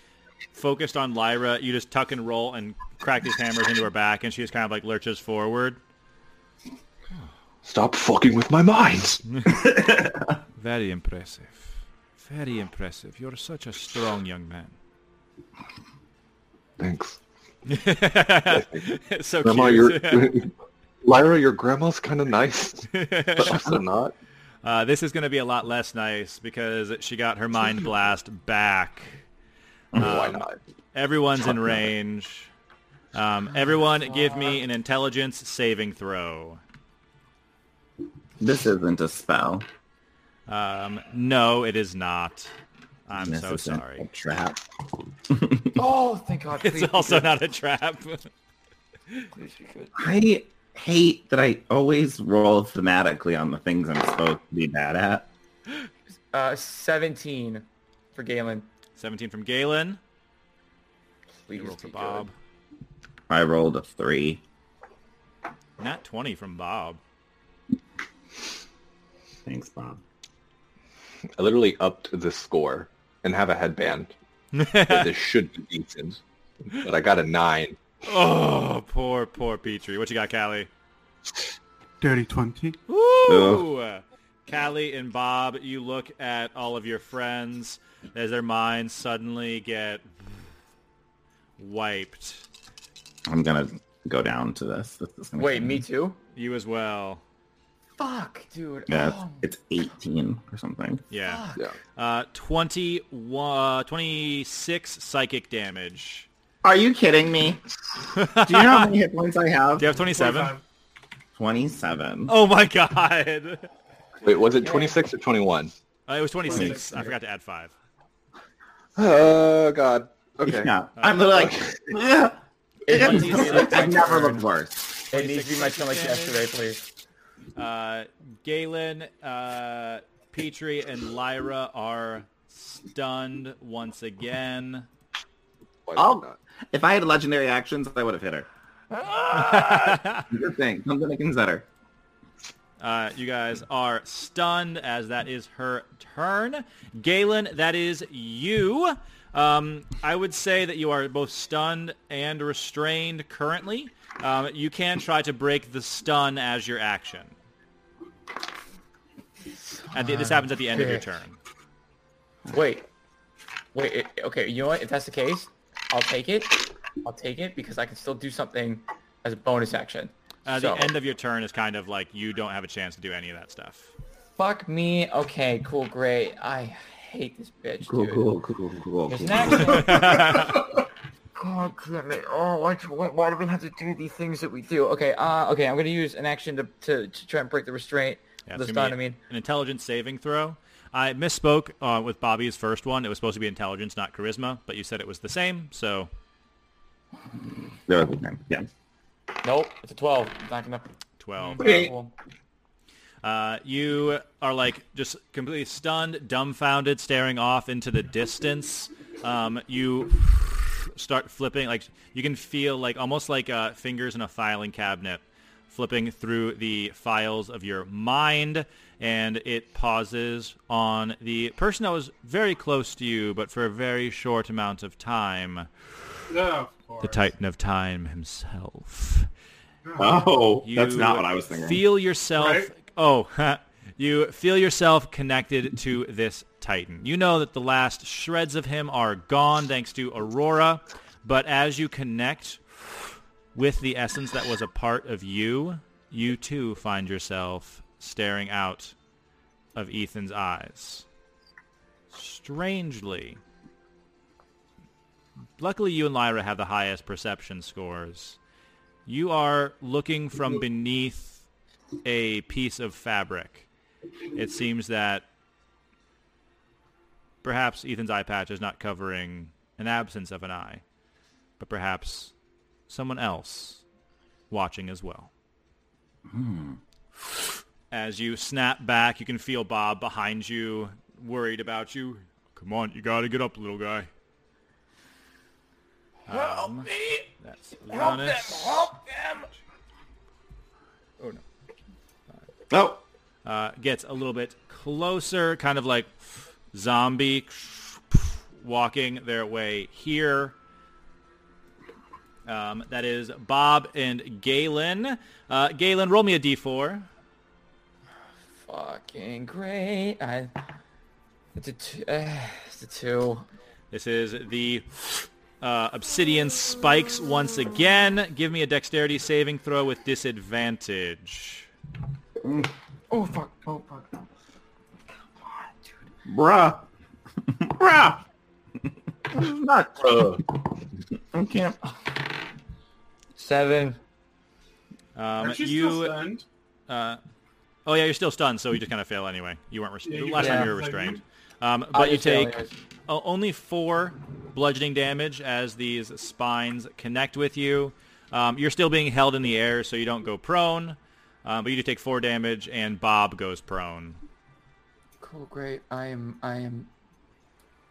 C: focused on Lyra. You just tuck and roll and crack these hammers into her back, and she just kind of like lurches forward.
E: Stop fucking with my mind!
C: Very impressive. Very impressive. You're such a strong young man. (laughs)
E: Thanks.
C: so
E: Grandma,
C: cute.
E: your Lyra, your grandma's kind of nice, but also not.
C: (laughs) Uh, this is going to be a lot less nice because she got her mind blast back.
E: Why not?
C: Everyone's in range. Um, everyone, give me an intelligence saving throw.
B: This isn't a spell.
C: Um, no, it is not. I'm
B: This
C: so
B: is an- a
C: sorry.
B: trap.
A: Oh, thank God.
C: It's
A: please be
C: also (laughs)
A: good.
C: not a trap. (laughs)
A: Please be good.
B: I hate that I always roll thematically on the things I'm supposed to be bad at.
A: Uh, 17 for Galen.
C: 17 from Galen.
A: Please
C: You roll for
A: be good.
C: Bob.
B: I rolled a three.
C: Not 20 from Bob.
B: Thanks, Bob.
E: I literally upped the score and have a headband. but this should be decent. But I got a nine.
C: Oh, poor, poor Petrie. What you got, Callie?
D: Dirty 20.
C: Ooh! Callie and Bob, you look at all of your friends as their minds suddenly get wiped.
B: I'm gonna go down to this. This is gonna
A: Wait,
B: kill
A: me too?
C: You as well.
A: Fuck, dude.
B: Yeah, it's-
A: Oh,
B: it's 18 or something.
C: Yeah.
A: fuck.
E: Yeah.
C: Uh, 20, uh, 26 psychic damage.
B: Are you kidding me? Do you know how many hit points I
C: (laughs)
B: have?
C: Do you have 27?
D: 25.
B: 27.
C: Oh my god!
E: Wait, was it 26 or 21?
C: Uh, it was 26. I forgot to add 5.
E: Oh, God. Okay.
B: Yeah. I'm
C: (laughs)
B: literally like, (laughs) "Ugh." (laughs) I've never looked worse.
A: It needs to be my son like yesterday, please.
C: Uh, Galen, uh, Petrie, and Lyra are stunned once again.
E: Why
B: I'll-
E: not?
B: If I had legendary actions, I would have hit her.
C: (laughs)
B: Good thing. Something to consider.
C: Uh, you guys are stunned as that is her turn. Galen, that is you. Um, I would say that you are both stunned and restrained currently. Um, you can try to break the stun as your action. At the, this happens at the end of your turn.
A: Wait. Wait, it- okay, you know what? If that's the case, I'll take it. I'll take it because I can still do something as a bonus action.
C: Uh, the
A: So-
C: end of your turn is kind of like you don't have a chance to do any of that stuff.
A: Fuck me. Okay, cool, great. I hate this bitch,
B: Cool,
A: dude.
B: cool, cool, cool, cool.
A: There's
B: cool.
A: an
C: (laughs)
A: action.
F: God damn it! Oh, why, why, why do we have to do these things that we
A: Dude, okay, uh, okay, I'm gonna use an action to, to, to try and break the restraint.
C: Yeah,
A: the
C: it's gonna
A: stun, I
C: be
A: mean.
C: an intelligence saving throw. I misspoke uh, with Bobby's first one. It was supposed to be intelligence, not charisma, but you said it was the same. So
B: There was a time. Yeah.
A: Nope, it's a 12. It's not gonna...
C: twelve.
D: Wait.
A: Well,
C: Uh, you are like just completely stunned, dumbfounded, staring off into the distance. Um, you start flipping, like you can feel like almost like uh, fingers in a filing cabinet, flipping through the files of your mind, and it pauses on the person that was very close to you, but for a very short amount of time,
D: Oh, of course.
C: the Titan of Time himself.
B: Oh,
C: You
B: that's not what I was thinking.
C: Feel yourself.
D: Right?
C: Oh, you feel yourself connected to this Titan. You know that the last shreds of him are gone thanks to Aurora, but as you connect with the essence that was a part of you, you too find yourself staring out of Ethan's eyes. Strangely. Luckily, you and Lyra have the highest perception scores. You are looking from beneath a piece of fabric. It seems that perhaps Ethan's eye patch is not covering an absence of an eye, but perhaps someone else watching as well. As you snap back, you can feel Bob behind you, worried about you. Come on, you gotta get up, little guy. Help me! That's help
B: Oh,
C: uh, gets a little bit closer, kind of like zombie walking their way here. Um, that is Bob and Galen. Uh, Galen, roll me a d4.
A: fucking great. I... It's a two. Uh, it's a two.
C: This is the uh, obsidian spikes once again. Give me a dexterity saving throw with disadvantage.
F: Oh fuck! Oh fuck!
B: bruh. (laughs) bruh. not I can't.
A: Seven.
C: Um,
D: Aren't you, still
C: you,
D: stunned?
C: oh yeah, you're still stunned, so you just kind of fail anyway. You weren't rest-
D: Yeah, you-
C: last
A: yeah,
C: time you were
D: like,
C: restrained. Um,
A: I'll
C: but you
A: just fail
C: take
A: anyways.
C: O- Uh, only four bludgeoning damage as these spines connect with you. Um, you're still being held in the air, so you don't go prone, uh, but you do take four damage, and Bob goes prone.
A: Cool, great. I am. I am.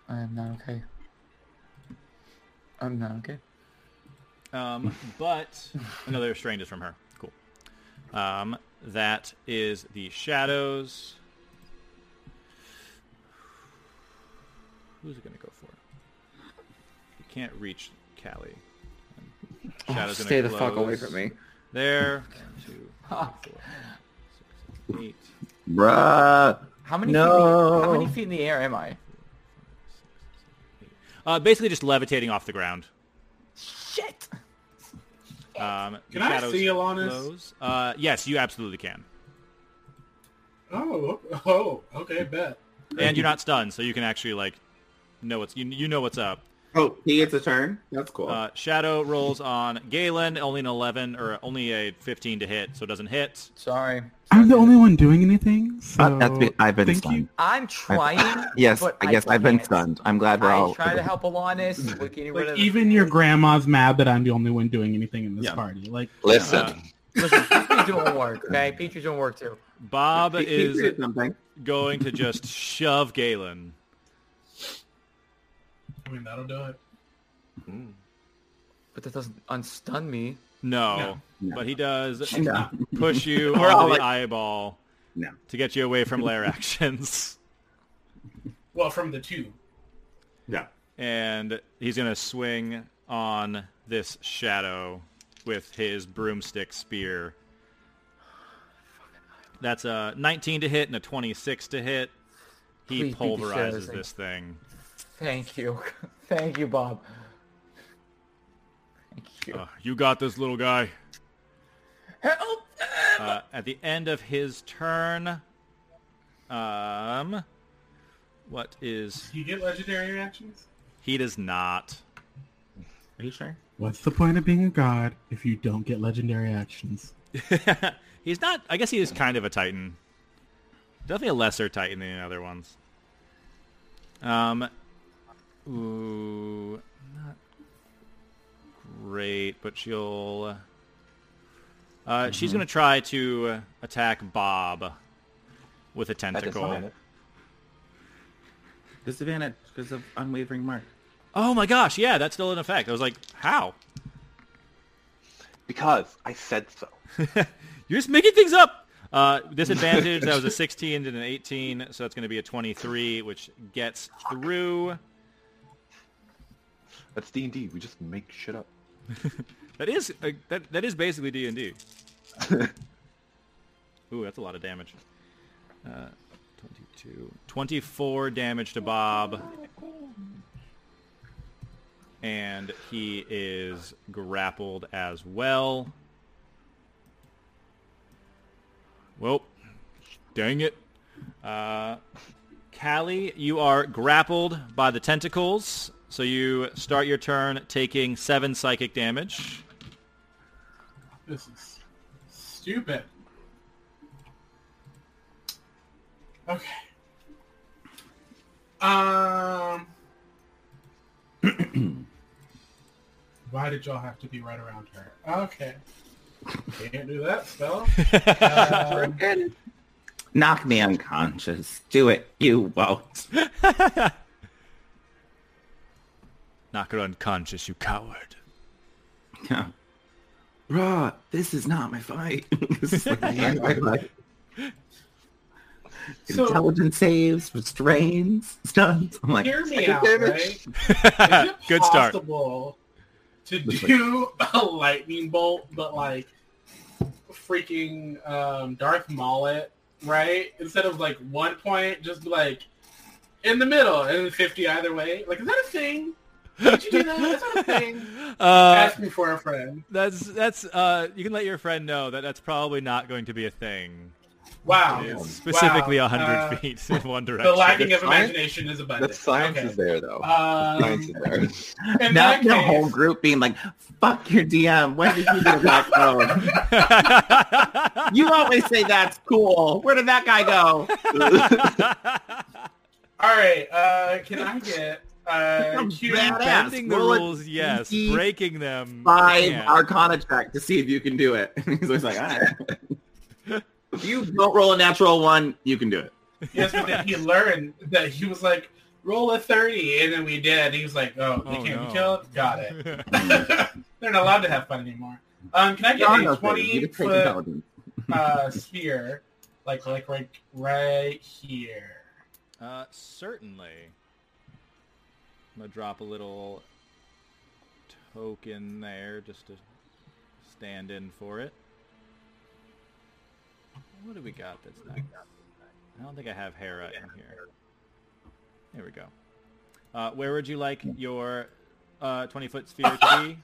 A: I am not okay. I'm not okay.
C: Um, but another restraint is from her. Cool. Um, that is the shadows. Who's it going to go for? You can't reach Callie. Shadows gonna
A: Oh, Stay the fuck away
C: close.
A: from me.
C: There. One, two, three, four, six, eight.
B: Bruh.
A: How many? Feet, how
B: No.
A: many feet in the air am I?
C: Uh, basically, just levitating off the ground.
A: Shit.
C: Um, the
D: Can I
C: shadows
D: see Alanis?
C: close. Uh, yes, you absolutely can.
D: Oh, oh, okay, bet.
C: And you're not stunned, so you can actually like know what's you, you know what's up.
B: Oh, he gets a turn. That's cool.
C: Uh, Shadow rolls on Galen, only an 11 or only a 15 to hit, so it doesn't hit.
A: Sorry.
D: I'm the only one doing anything, so
B: Uh, that's be- I've been
D: thank
B: stunned.
D: you.
A: I'm
D: (laughs)
A: trying.
B: Yes,
A: but
B: I guess I've been
A: can't.
B: stunned. I'm glad we're
A: I
B: all.
A: try to help Alanis with getting rid
D: Like
A: of.
D: even your grandma's mad that I'm the only one doing anything in this
B: Yeah.
D: party. Like,
E: Listen,
C: Uh,
A: Listen, Petrie's doing work. Okay, Petrie's doing work too.
C: Bob
B: (laughs) He- he
C: is
B: did something.
C: going to
B: (laughs)
C: just shove Galen.
D: I mean, that'll do it.
A: But that doesn't unstun me.
C: No,
B: No.
C: but he does
B: No.
C: push you
B: (laughs) We're
C: over
B: all
C: the
B: like-
C: eyeball
B: No.
C: to get you away from lair actions,
D: Well, from the two.
B: Yeah.
C: and he's gonna swing on this shadow with his broomstick spear. That's a 19 to hit and a 26 to hit. He
A: Please beat the eh? shit out of this
C: pulverizes
A: thing.
C: this thing.
A: Thank you. (laughs) Thank you, Bob. Thank you.
C: Uh, you got this, little guy.
A: Help!
C: Uh, at the end of his turn, um, what is
D: Do you get legendary actions?
C: he does not.
B: Are you sure?
D: What's the point of being a god if you don't get legendary actions?
C: (laughs) He's not. I guess he is kind of a titan. Definitely a lesser titan than the other ones. Um, ooh, not great, but she'll. Uh, She's gonna try to attack Bob with a
E: That does not
C: tentacle.
E: hit.
B: Disadvantage because of unwavering mark.
C: Oh my gosh! Yeah, that's still in effect. I was like, how?
E: Because I said so.
C: You're just making things up. Uh, disadvantage. that was a 16 and an 18, so that's going to be a 23, which gets through.
E: That's D and D. We just make shit up.
C: That is uh, that that is basically D and D. Ooh, that's a lot of damage. Uh, 22, 24 damage to Bob, and he is grappled as well. Well, dang it. Uh, Callie, you are grappled by the tentacles, so you start your turn taking seven psychic damage.
D: This is stupid. Okay. Um. Why did y'all have to be right around her? Okay. Can't do that spell. Um,
B: Knock me unconscious. Do it. You won't.
C: Knock her unconscious, you coward.
B: Yeah. Raw, this is not my fight. (laughs) this is like my my life.
D: So-
B: Intelligence saves, restrains, stuns. I'm like,
D: hear me
B: "Psychic
D: out,
C: (laughs)
B: damage."
D: right?
C: Good start.
D: possible to
B: Looks
D: do (laughs) a lightning bolt, but like freaking um, Darth Maulet, right? Instead of like one point, just like in the middle and then 50 either way. Like, is that a thing? Did you
C: (laughs)
D: do that? That's not a thing.
C: Uh,
D: Ask me for a friend.
C: that's that's uh, you can let your friend know that that's probably not going to be a thing.
D: Wow.
C: It's specifically
D: wow.
C: a hundred
D: Uh,
C: feet
D: (laughs)
C: in one direction.
D: The
C: (laughs)
D: lacking of
E: Science?
D: imagination is
E: That
D: abundant.
E: science
D: Okay.
E: is there though. science
D: Um,
E: is there.
D: (laughs) in
B: Not
D: that
B: the whole
D: case,
B: group being like, fuck your DM. When did you get
D: (laughs)
B: that phone? you always say that's cool. Where did that guy go?
D: all right, uh, can I get uh,
B: (laughs) I'm
D: Q
B: bad at-
C: Bending the
B: Roll a
C: rules, yes.
B: 20
C: Breaking them,
B: Five
C: yeah.
B: Arcana check to see if you can do it. (laughs) And he's always like, all right. if you don't roll a natural one, you can do it.
D: Yes, but then he learned that he was like, roll a 30, and then we did. And he was like, oh, they
C: Oh,
D: can't
C: no.
D: be killed? Got
C: (laughs)
D: it. (laughs) They're not allowed to have fun anymore. Um, can I
B: There are
D: get
B: no
D: a
B: things. You just
D: 20
B: take
D: foot
B: intelligence.
D: uh, sphere, like like right right here?
C: Uh, certainly. I'm gonna drop a little token there just to stand in for it. What do we got that's not? I don't think I have Hera in here. There we go. Uh, where would you like your uh, 20-foot sphere to be?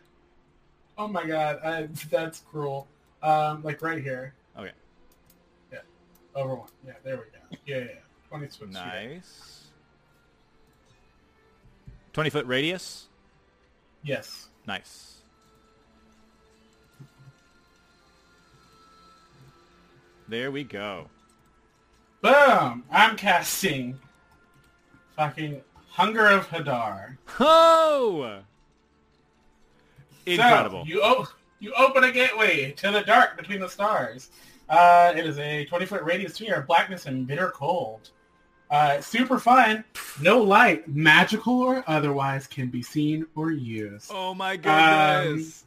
D: Oh my god, I, that's cruel. Um, like right here,
C: Okay,
D: over one. Yeah, there we go. Yeah, yeah. yeah. 20 switch.
C: nice. 20-foot radius?
D: Yes.
C: Nice. There we go.
D: Boom! I'm casting fucking Hunger of Hadar.
C: Oh!
D: So,
C: Incredible.
D: you, o- you open a gateway to the dark between the stars. Uh, it is a 20-foot radius sphere of blackness and bitter cold. Uh, super fun. No light, magical or otherwise, can be seen or used. Um,
C: Oh
B: Um,
C: my goodness.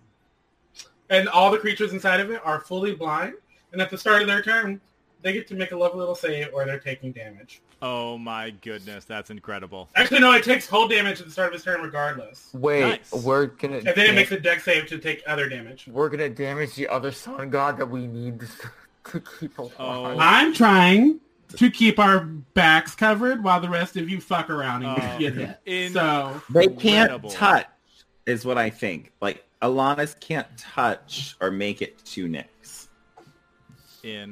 D: And all the creatures inside of it are fully blind. And at the start of their turn, they get to make a lovely little save or they're taking damage.
C: oh my goodness. That's incredible.
D: Actually, no, it takes cold damage at the start of his turn regardless.
A: Wait,
C: Nice.
A: we're gonna.
D: And then it makes a deck save to take other damage.
A: We're gonna damage the other sun god that we need to (laughs) keep alive.
C: Oh.
D: I'm trying to keep our backs covered while the rest of you fuck around and
C: Oh,
D: get hit.
C: in-
D: So
B: They
C: Incredible.
B: can't touch, is what I think. Like Alanis can't touch or make it to Nyx Oh. in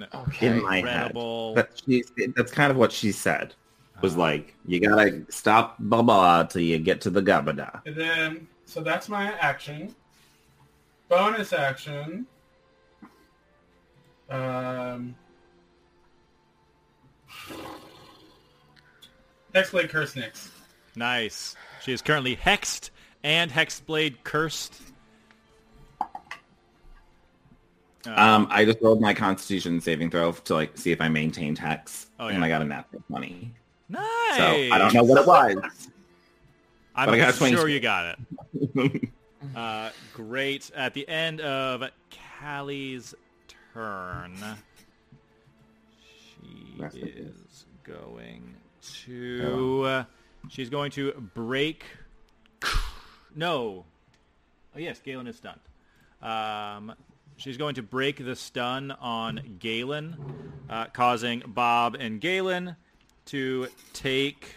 B: my
C: Incredible. Uh-huh.
B: head. But she, that's kind of what she said. Was like, you gotta stop blah blah till you get to the gabada.
D: and then so that's my action. Bonus action. Um Next leg curse next.
C: Nice. She is currently hexed and hexblade cursed.
B: Um, I just rolled my Constitution saving throw to like see if I maintained hex,
C: Oh,
B: and
C: yeah.
B: I got a natural twenty.
C: Nice.
B: So I don't
C: (laughs)
B: know what it was.
C: I'm
B: but I got a 20.
C: sure you got it.
B: (laughs)
C: Uh, great. At the end of Callie's turn, she
B: Rest in peace.
C: is going to.
B: Oh.
C: she's going to break. No. Oh yes, Galen is stunned. Um, she's going to break the stun on Galen, uh, causing Bob and Galen to take.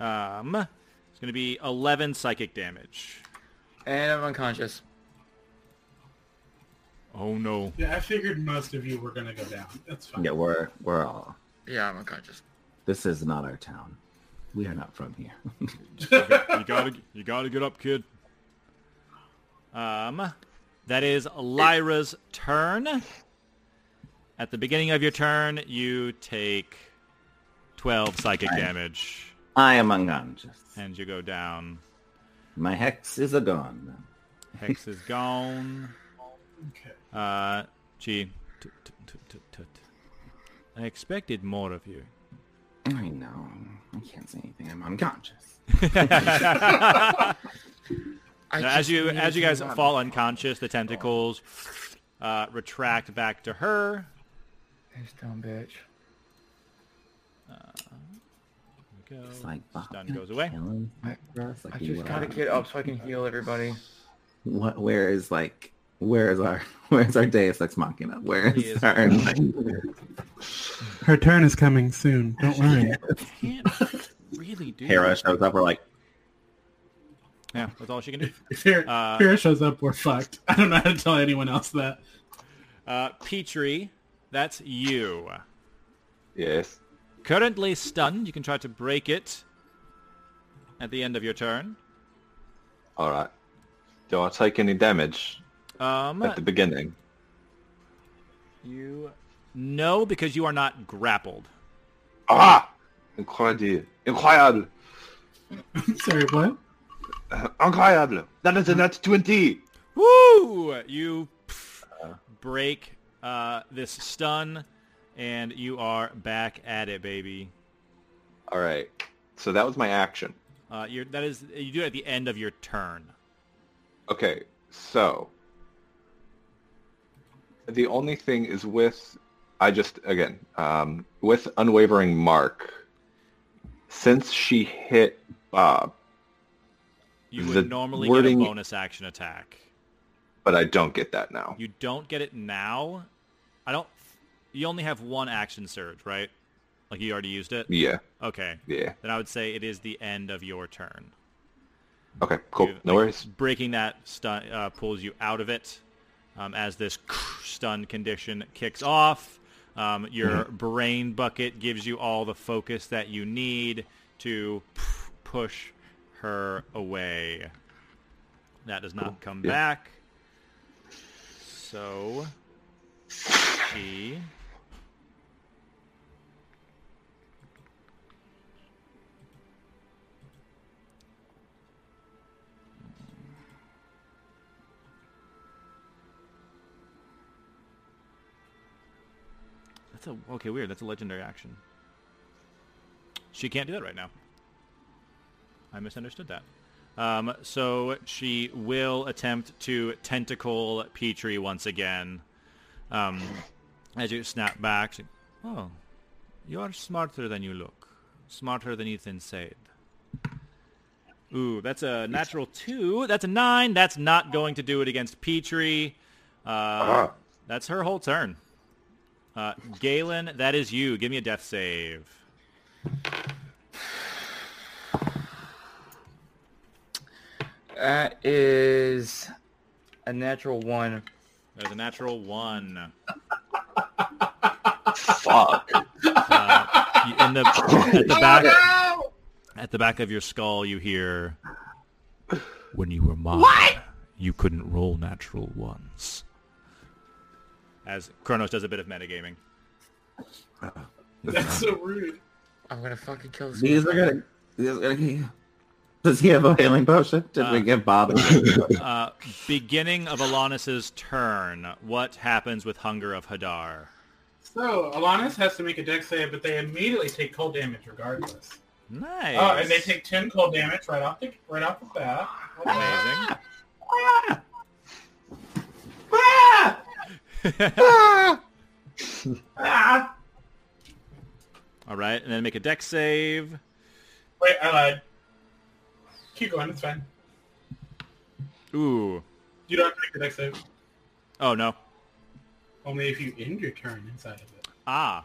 C: Um, it's going to be 11 psychic damage.
A: And I'm unconscious.
C: Oh no.
D: Yeah, I figured most of you were gonna go down. That's fine.
B: yeah, we're we're all.
A: Yeah, I'm unconscious.
B: This is not our town. We are not from here. (laughs)
C: You gotta, you gotta get up, kid. Um, that is Lyra's turn. At the beginning of your turn, you take 12 psychic damage,
B: I am unconscious.
C: and you go down.
B: My hex is a gone.
C: Hex is gone.
D: Okay.
C: Uh, gee. Tut, tut, tut, tut, tut. I expected more of you.
B: I know. I can't say anything. I'm unconscious.
A: I
C: Now, as
A: just
C: you
A: need
C: as you
A: to
C: guys
A: run.
C: fall unconscious, the tentacles uh, retract back to her.
A: This dumb bitch.
C: There we go.
B: It's like fuck,
C: Stun
B: can I
C: goes away.
B: kill him? It's like,
A: I just
B: well,
A: gotta get up so I can heal everybody.
B: What? Where is like? Where is our? (laughs) Where is our Deus Ex Machina? Where
C: He is-
B: is our? (laughs) Like,
D: Her turn is coming soon. Don't (laughs) worry.
C: Can't really do.
B: Hera shows up. We're like,
C: Yeah, that's all she can do.
D: If Farrah
C: Uh,
D: Farrah shows up, we're fucked. I don't know how to tell anyone else that. (laughs)
C: Uh, Petrie, that's you.
E: Yes.
C: Currently stunned. You can try to break it at the end of your turn.
E: All right. Do I take any damage
C: Um,
E: at the beginning?
C: you no, because you are not grappled.
E: Ah! Incroyable. Incroyable.
D: Sorry, what?
E: Incroyable. That is a net 20.
C: Woo! You pff, break uh, this stun, and you are back at it, baby.
E: All right. So that was my action.
C: Uh, you're, that is, you do it at the end of your turn.
E: Okay, so the only thing is with I just again um, with unwavering mark. Since she hit Bob,
C: You
E: The
C: would normally
E: wording-
C: get a bonus action attack.
E: but I don't get that now.
C: You don't get it now. I don't. You only have one action surge, right? Like you already used it.
E: Yeah,
C: Okay.
E: yeah.
C: Then I would say it is the end of your turn.
E: Okay, cool.
C: You-
E: No
C: like,
E: worries.
C: Breaking that stun uh, pulls you out of it. Um, as this (sniffs) stun condition kicks off, um, your
E: Mm-hmm.
C: brain bucket gives you all the focus that you need to (sniffs) push her away. That does not come
E: Yeah.
C: back. So she That's a okay, weird. That's a legendary action. She can't do that right now. I misunderstood that. Um, so she will attempt to tentacle Petrie once again. Um, as you snap back, she, oh, you are smarter than you look, smarter than Ethan said. Ooh, that's a natural two. That's a nine. That's not going to do it against Petrie. Uh,
E: Ah.
C: That's her whole turn. Uh, Galen, that is you. Give me a death save.
F: That is a natural one.
C: There's a natural one.
E: Fuck.
C: You- in the at the back
D: Oh,
C: at the back of your skull you hear when you were mine you couldn't roll natural ones as Kronos does a bit of
D: (laughs)
C: metagaming
D: That's so rude.
A: I'm gonna fucking kill this.
B: These
A: (laughs)
B: are gonna. These are gonna. Does he have a healing potion? Did we give Bob? a-
C: uh, beginning of Alanis' turn what happens with hunger of Hadar
D: So Alanis has to make a deck save, but they immediately take cold damage regardless.
C: nice
D: Oh, and they take ten cold damage right off the right off the bat.
C: amazing
B: Ah!
D: Ah!
C: all right and then make a deck save
D: Wait, I lied. Keep going. It's fine.
C: ooh
D: You don't have to make the deck save.
C: oh no
D: Only if you end your turn inside of it.
C: ah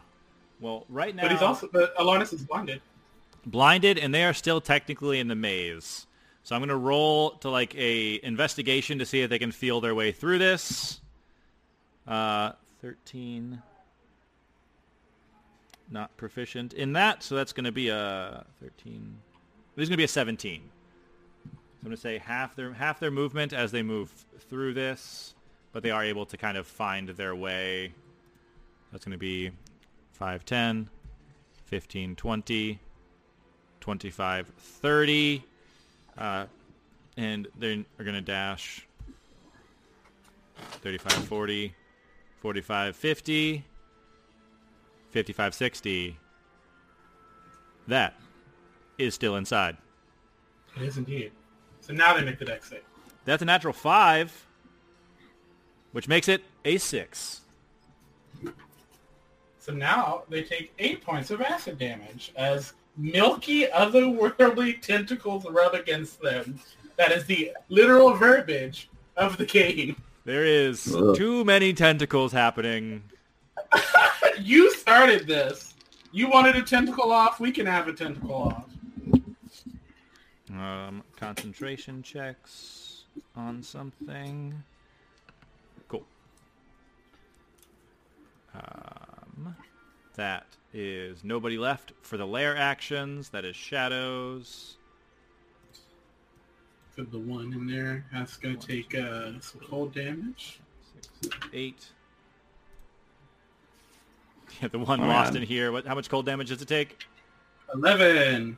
C: well right now
D: But he's also but Alanis is blinded.
C: blinded and they are still technically in the maze. So I'm going to roll to like a investigation to see if they can feel their way through this. Uh 13 not proficient in that, so that's going to be a 13. There's going to be a 17. So I'm going to say half their half their movement as they move through this, but they are able to kind of find their way. That's going to be 5 10 15 20 25, 30. Uh, and they are going to dash 35, 40, 45, 50, 55, 60. That is still inside.
D: It is indeed. So now they make the deck save.
C: That's a natural 5, which makes it a 6.
D: So now they take eight points of acid damage as milky otherworldly (laughs) tentacles rub against them. That is the literal verbiage of the (laughs) game.
C: There is
B: Ugh.
C: too many tentacles happening.
D: You started this. You wanted a tentacle off. We can have a tentacle off.
C: Um, concentration checks on something. Cool. Um, that is nobody left for the lair actions. That is shadows.
D: So the one in there that's going to take uh, some cold damage.
C: Six, eight. (laughs) Yeah, the one
B: Oh,
C: lost
B: man.
C: in here. What? How much cold damage does it take?
D: Eleven.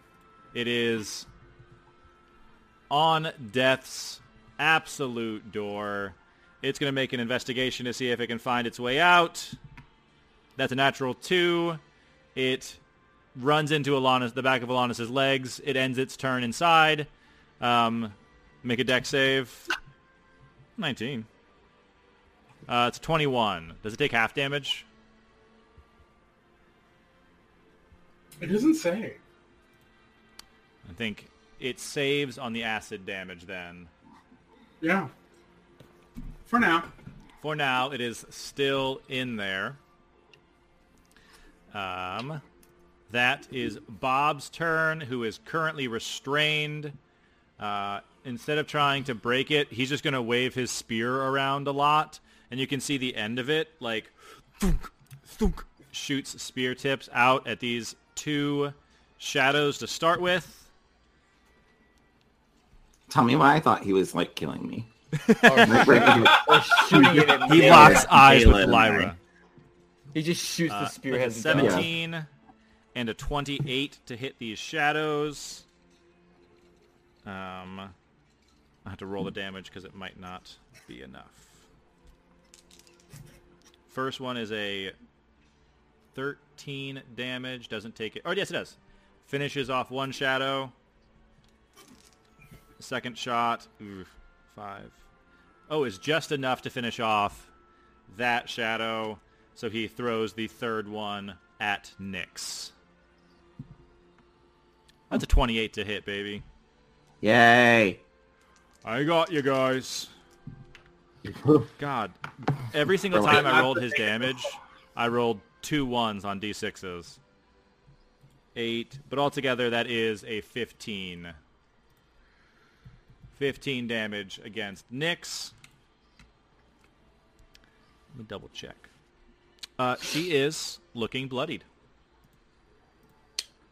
C: It is on death's absolute door. It's going to make an investigation to see if it can find its way out. That's a natural two. It runs into Alanis, the back of Alanis' legs. It ends its turn inside. Um, make a deck save. 19. Uh, it's 21. Does it take half damage?
D: It doesn't say.
C: I think it saves on the acid damage then.
D: Yeah. For now.
C: For now, it is still in there. Um, that is Bob's turn, who is currently restrained. Uh, instead of trying to break it, he's just going to wave his spear around a lot, and you can see the end of it, like, thunk, thunk, shoots spear tips out at these two shadows to start with.
B: Tell me why I thought he was like killing me.
F: Or shooting it at
C: He
F: me.
C: locks eyes with
B: Galen,
C: Lyra.
F: He just shoots
C: Uh,
F: the spearhead.
C: that's a
F: and dies.
C: 17 and a 28 to hit these shadows. Um, I have to roll the damage because it might not be enough. First one is a 13 damage. Doesn't take it. Oh, yes, it does. Finishes off one shadow. Second shot. Oof, five. Oh, is just enough to finish off that shadow. So he throws the third one at Nyx. That's a 28 to hit, baby.
B: Yay.
C: I got you guys. God, every single
B: We're
C: time
B: like-
C: I rolled his damage, I rolled two ones on d6s. Eight, but altogether that is a 15. 15 damage against Nyx. Let me double check. Uh, she is looking bloodied.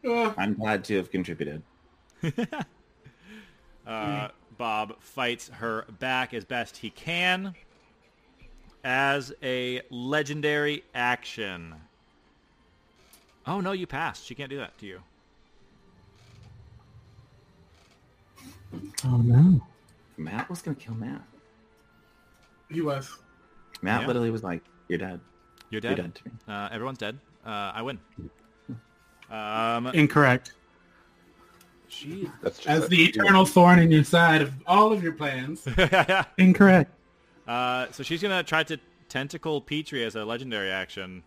B: I'm glad to have contributed.
C: Uh, Bob fights her back as best he can as a legendary action. Oh no, you passed. She can't do that to you.
B: Oh no. Matt was gonna kill Matt.
D: He was.
B: Matt
C: Yeah.
B: literally was like, "You're dead.
C: You're
B: You're
C: dead.
B: dead to me."
C: Uh, everyone's dead. Uh, I win. Um,
D: Incorrect.
C: she.
E: That's just
D: As
E: a-
D: the eternal thorn in your side of all of your plans. Incorrect.
C: uh, so she's gonna try to tentacle Petrie as a legendary action.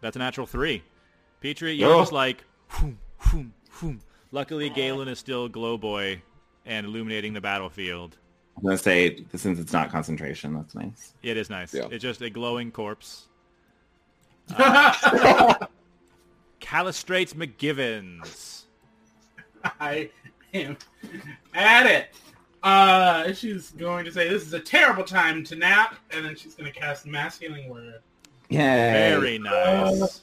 C: That's a natural three. Petrie, you're
E: Oh.
C: just like, whoom, whoom, whoom. Luckily, Galen is still Glowboy and illuminating the battlefield.
B: I'm gonna say since it's not concentration, that's nice.
C: It is nice.
E: Yeah.
C: It's just a glowing
D: (laughs)
C: corpse. Uh, Calistrates McGivens.
D: I am at it. Uh, she's going to say this is a terrible time to nap, and then she's going to cast Mass Healing Word,
B: Yay.
C: Very nice.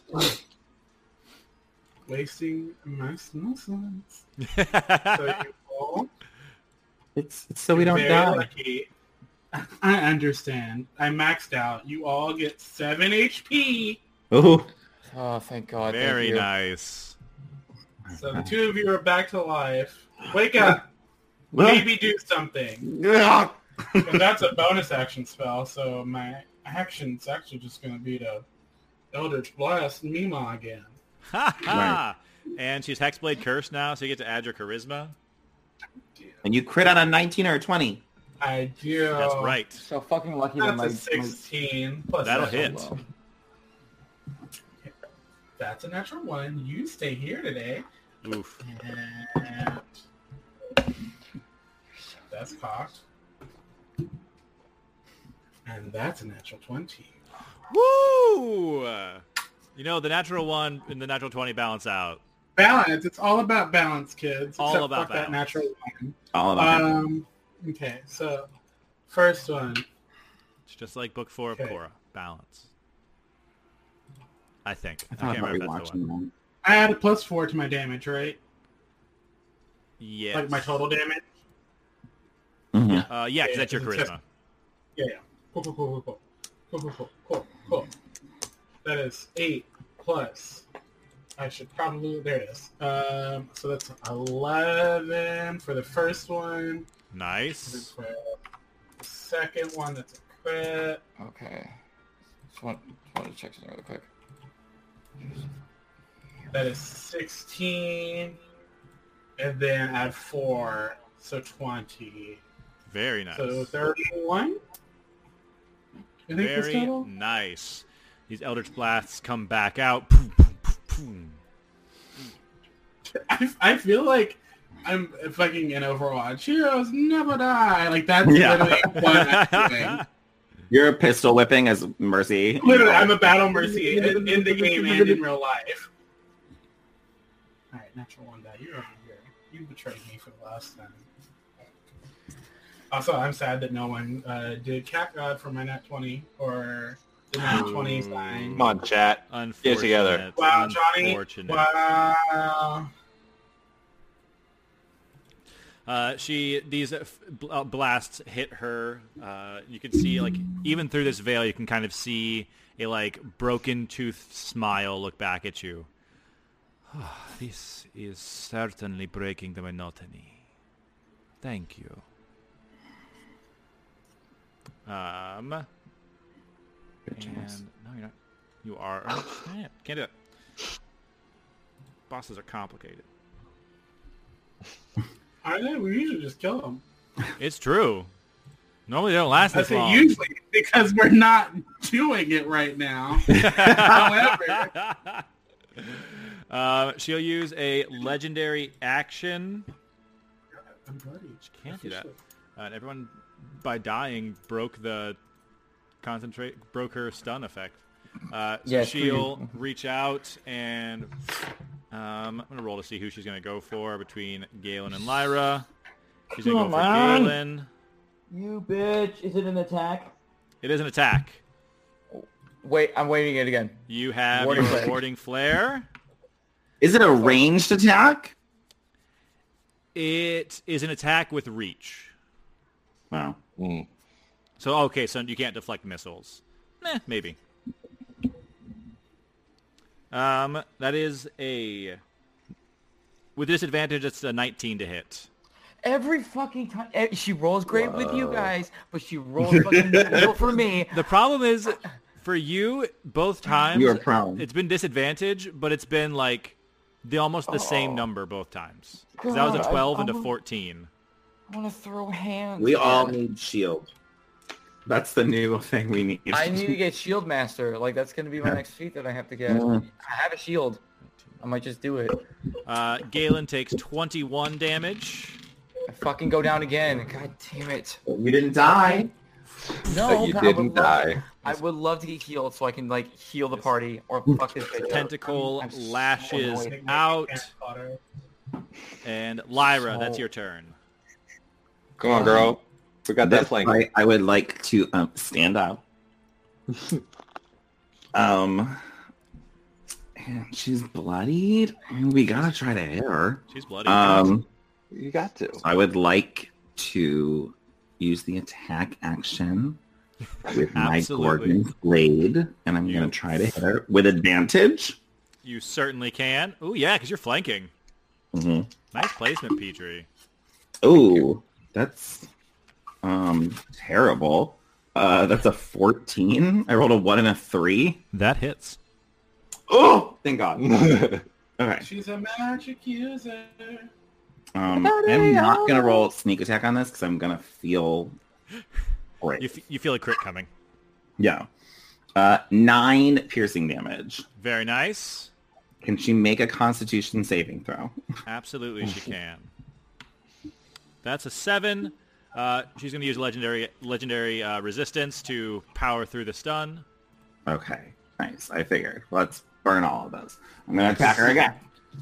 D: wasting mass muscles.
C: (laughs)
D: So you roll.
B: It's, it's so we don't
D: Very
B: die.
D: lucky. (laughs) I understand. I maxed out. You all get seven HP.
B: Ooh.
A: Oh, thank God. thank
C: Very
A: you.
C: nice.
D: So the two of you are back to life.
B: (laughs)
D: Wake up. Maybe do something.
B: Ugh.
D: And that's a bonus action spell, so my action's actually just going to be to Eldritch Blast Mima again.
C: Ha ha. And she's Hexblade Curse now, so you get to add your charisma.
B: And you crit on a 19 or a 20.
D: I do.
C: That's right.
F: So fucking lucky that
D: That's
F: my,
D: a 16. Plus
C: That'll
D: that's a
C: hit.
B: Oh,
D: low. That's a natural one. You stay here today.
C: Oof.
D: And that's cocked. And that's a natural 20.
C: Woo! You know, the natural one and the natural 20 balance out.
D: Balance. It's all about balance, kids.
C: All
D: Except
C: about
D: fuck that
C: balance.
D: natural one.
B: All
C: Uh,
B: about it.
D: Um, okay, so first one.
C: It's just like book four of
D: Okay.
C: Korra. Balance. I think. I,
B: I thought
C: can't
B: about
C: remember if that's the
B: rewatching
C: one.
B: them.
D: I add a plus four to my damage, right?
C: Yes.
D: Like my total damage.
B: Mhm.
C: Uh, yeah, 'cause
D: Yeah,
C: that's your
D: 'cause it's
C: charisma.
D: Yeah, yeah. Cool, cool, cool, cool, cool, cool, cool, cool, cool, cool. That is eight plus. I should probably there it is. Um, so that's eleven for the first one. And then
C: Nice.
D: for the second one, that's a crit.
A: Okay. Just want, just want to check something really quick.
D: That is sixteen, and then add four, so twenty.
C: Very nice.
D: So thirty-one. I think this
C: Very
D: total.
C: nice. These Eldritch Blasts come back out. Poom, poom, poom, poom.
D: I, I feel like I'm fucking in Overwatch. Heroes never die. Like that's
B: Yeah.
D: literally what
C: (laughs)
D: I'm doing.
B: You're pistol whipping as Mercy.
D: Literally, I'm a battle mercy in, in the game and in real life. All right, natural one die. You're over here. You betrayed me for the last time. Also, I'm sad that no one uh, did Cat God for my nat 20 or the nat 20 sign.
E: Come on, chat.
C: Unfortunate.
E: together.
D: Hmm. Wow, Johnny.
C: Unfortunate.
D: Wow.
C: Uh, she these uh, f- bl- uh, blasts hit her. Uh, you can see like even through this veil, you can kind of see a like broken tooth smile look back at you. Ah, this is certainly breaking the monotony. Thank you. Um, and no, you're not. You are. Oh, man, can't do it. Bosses are complicated.
D: I know we usually just kill them.
C: It's true. Normally they don't last
D: I
C: this
D: say
C: long.
D: usually because we're not doing it right now.
C: (laughs)
D: However,
C: Uh, she'll use a legendary action.
D: I'm bloody.
C: She can't do that. Uh, and everyone, by dying, broke the concentrate, broke her stun effect. Uh, so
F: Yeah, it's pretty-
C: she'll reach out and um, I'm gonna roll to see who she's gonna go for between Galen and Lyra. She's gonna
F: Come
C: go for
F: on.
C: Galen.
F: You bitch! Is it an attack?
C: It is an attack.
F: Wait, I'm waiting it again.
C: You have
F: Warding
C: your
F: flare.
C: warding flare.
B: Is it a ranged attack?
C: It is an attack with reach.
B: No.
E: Mm.
C: So okay, so you can't deflect missiles. Eh, maybe. Um, that is a with disadvantage. It's a 19 to hit.
A: Every fucking time eh, she rolls great with you guys, but she rolls
B: (laughs)
A: fucking terrible for me.
C: The problem is for you both times.
B: You are prone.
C: It's been disadvantage, but it's been like the almost the same number both times. 'Cause that was
A: God,
C: a
A: I
C: 12 and a
A: almost-
C: 14.
A: I want to throw hands.
B: We
A: man.
B: all need shield. That's the new thing we need.
A: I need to get Shield Master. Like that's gonna be my next feat that I have to get. I
B: Mm.
A: have a shield. I might just do it.
C: Uh, Galen takes 21 damage.
A: I fucking go down again. God damn it.
B: you didn't die.
A: No,
E: But you
A: Oh, but I
E: didn't
A: would love-
E: die.
A: I would love to get healed so I can like heal the party or fuck this bitch. up.
C: Tentacle
A: I'm so
C: lashes
A: annoyed.
C: out,
D: Harry Potter.
C: and Lyra, that's
A: So-
C: your turn.
E: Come on, girl. We got that
B: That's
E: flank.
B: why I would like to um, stand
E: (laughs)
B: up. um, and she's bloodied. I mean, we gotta try to hit her.
C: She's bloody.
B: Um,
E: You got to.
B: I would like to use the attack action with my
C: Absolutely.
B: Gorgon's blade, and I'm
C: You-
B: gonna try to hit her with advantage.
C: you certainly can. Ooh, yeah, because you're flanking.
B: hmm
C: Nice placement, Petrie.
B: Ooh, that's um terrible. Uh, that's a 14. I rolled a one and a three.
C: That hits.
B: Oh, thank (laughs) God. Okay.
D: She's a magic user.
B: Um, I'm not gonna roll sneak attack on this because I'm gonna feel great.
C: You, f- you feel a crit coming.
B: yeah. Uh, nine piercing damage.
C: Very nice.
B: Can she make a Constitution saving throw?
C: Absolutely, she can. That's a seven. Uh, she's going to use legendary legendary uh, resistance to power through the stun. (laughs)
B: Okay, nice. I figured. Let's burn all of those. I'm gonna attack her again.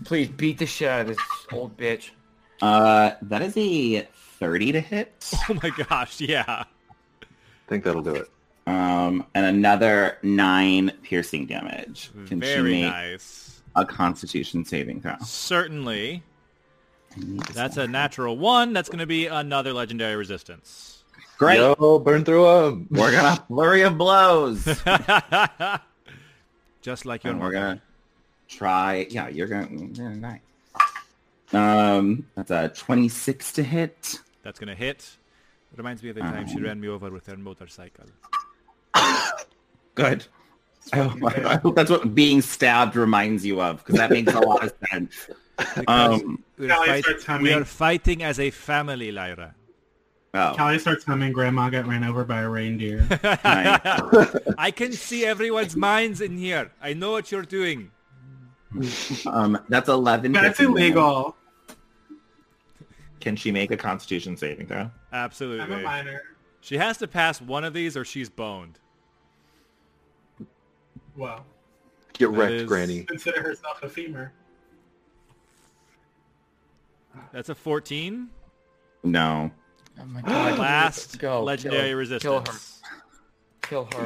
A: Please beat the shit out of this old bitch.
B: Uh, that is a 30 to hit.
C: Oh my gosh, yeah.
E: I think that'll do it.
B: Um, and another nine piercing damage. Can
C: Very
B: she make
C: nice.
B: a Constitution saving throw?
C: Certainly. That's a natural one. That's going to be another legendary resistance. (laughs)
B: Great.
E: Yo, burn through them.
B: We're gonna flurry of blows.
C: Just like your
A: Oh.
B: and we're gonna try. Yeah, you're gonna. Yeah, nice. Um, that's a 26 to hit.
C: That's gonna hit. Reminds me of the time
B: Mm-hmm.
C: she ran me over with her motorcycle.
B: Good. I hope, Oh, I hope that's what being stabbed reminds you of, because that makes a lot of
A: (laughs)
B: sense.
C: Because
B: Um,
C: we're,
D: Sally
C: fight-
D: starts humming.
C: we are fighting as a family, Lyra.
B: oh,
D: Callie starts humming Grandma Got Ran Over by
C: (laughs)
D: a Reindeer.
B: nice.
C: I can see everyone's minds in here. I know what you're doing.
B: Um, that's 11.
D: That's
B: piercing damage.
D: illegal.
B: Can she make a Constitution saving throw?
D: I'm a
C: Absolutely.
D: minor.
C: She has to pass one of these or she's boned.
D: Well,
E: Get
C: That
E: wrecked,
C: is- (gasps)
E: Granny.
D: consider herself a (laughs) femur.
C: That's a 14.
B: No.
A: Oh my god.
C: Last
A: Go, kill
C: legendary
A: her. Kill her.
C: resistance.
A: Kill her. Kill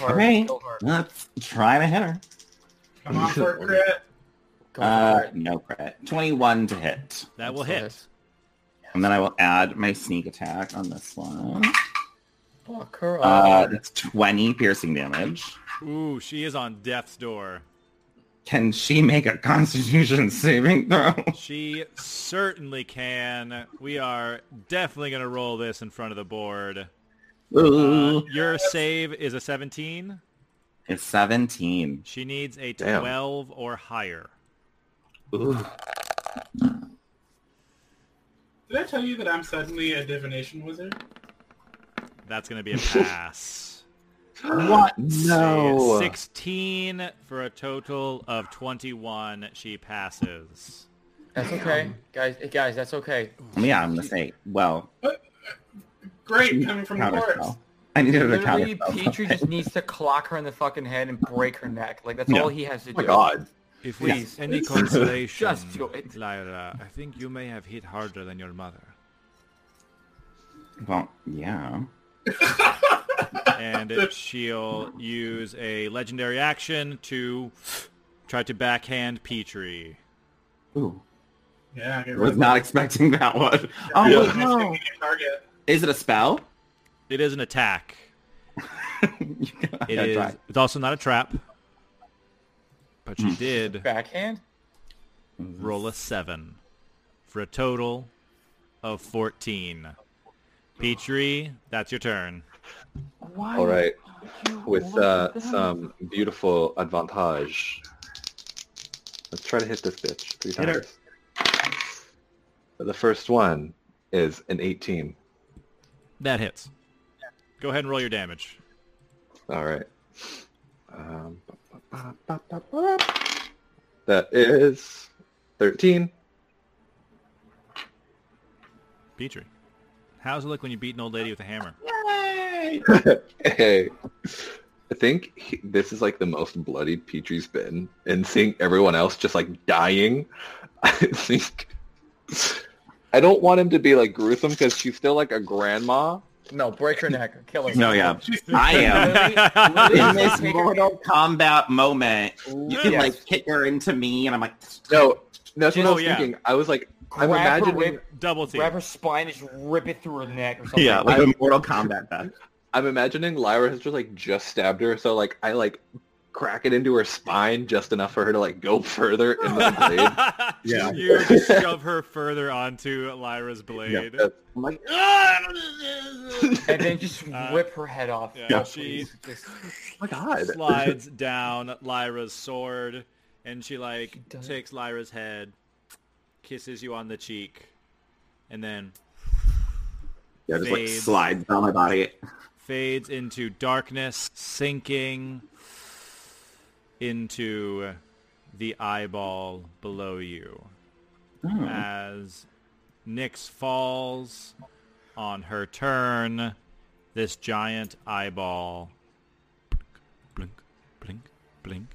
A: her.
B: Okay.
A: Kill her.
B: Let's try to hit her.
D: Come on for a crit.
A: Go
B: Uh,
A: for it.
B: no crit. 21 to hit.
C: That will
A: That's
C: hit.
B: And then I will add my sneak attack on this one.
A: Fuck her
B: Uh,
A: up.
B: that's 20 piercing damage.
C: Ooh, she is on death's door.
B: Can she make a constitution saving throw?
C: She certainly can. We are definitely going to roll this in front of the board. Uh,
B: Ooh.
C: your save is a 17.
B: It's 17.
C: She needs a
E: Damn.
C: 12 or higher.
E: Ooh.
D: Did I tell you that I'm suddenly a divination wizard?
C: That's going to be
E: (laughs)
C: a pass.
B: What?
E: No.
C: 16 for a total of 21. She passes.
F: That's
A: um,
F: okay, guys. eh, Guys, that's okay.
B: Yeah, I'm gonna say. Well,
D: Great, coming from the
B: counter
D: corpse.
B: spell. I needed a counter
F: Literally,
B: spell.
F: Petrie just needs to clock her in the fucking head and break her neck. Like that's
B: Yeah.
F: all he has to
E: Oh my
F: do.
E: god.
C: If we
F: Please.
C: (laughs) any consolation,
F: Just do it.
C: Lyra, I think you may have hit harder than your mother.
B: Well, yeah.
C: And she'll use a legendary action to try to backhand Petrie.
B: Ooh,
D: Yeah, I
B: I
D: get rid
B: was
D: of that.
B: not expecting that one. Oh
D: (laughs)
E: Yeah.
B: wait, no.
D: Target.
B: Is it a spell?
C: It is an attack. It
B: Yeah,
C: is.
B: try.
C: It's also not a trap. But she did
F: Backhand.
C: roll a seven for a total of fourteen. Petrie, that's your turn.
E: All right. With uh, some beautiful advantage. Let's try to hit this bitch three
C: Hit her.
E: times. The first one is an 18.
C: That hits. Go ahead and roll your damage.
E: All right. Um, that is 13.
C: Petrie, how's it look when you beat an old lady with a hammer?
E: hey, I think he, this is like the most bloodied Petrie's been, and seeing everyone else just like dying, (laughs) I think I don't want him to be like gruesome because she's still like a grandma.
F: No, break her neck. Kill her.
B: No, yeah. I am.
C: (laughs)
B: In this
F: Take her-
B: Mortal Kombat moment, you can
C: Yes.
B: like kick her into me, and I'm like,
E: No, that's what I
C: Oh,
E: was
C: yeah.
E: thinking. I was like,
F: Grab
E: I'm
F: her
E: imagining,
F: rib,
C: Double team. (laughs)
F: grab her spine, and just rip it through her neck or something.
B: yeah, like
E: like
B: a
E: a
B: Mortal Kombat death.
E: I'm imagining Lyra has just like just stabbed her, so like I like crack it into her spine just enough for her to like go further
C: (laughs)
E: in the blade.
B: Yeah.
C: You just shove her further onto Lyra's blade.
E: Yeah.
B: I'm like,
F: and then just
C: Uh,
F: rip her head off.
C: yeah,
F: Oh,
C: she-
F: please, just-
E: Oh my god.
C: (laughs) Slides down Lyra's sword, and she like
F: does.
C: takes Lyra's head, kisses you on the cheek, and then
B: yeah, just like
C: Fades.
B: slides down my body.
C: fades into darkness, sinking into the eyeball below you. Hmm. As Nyx falls on her turn, this giant eyeball blink, blink, blink,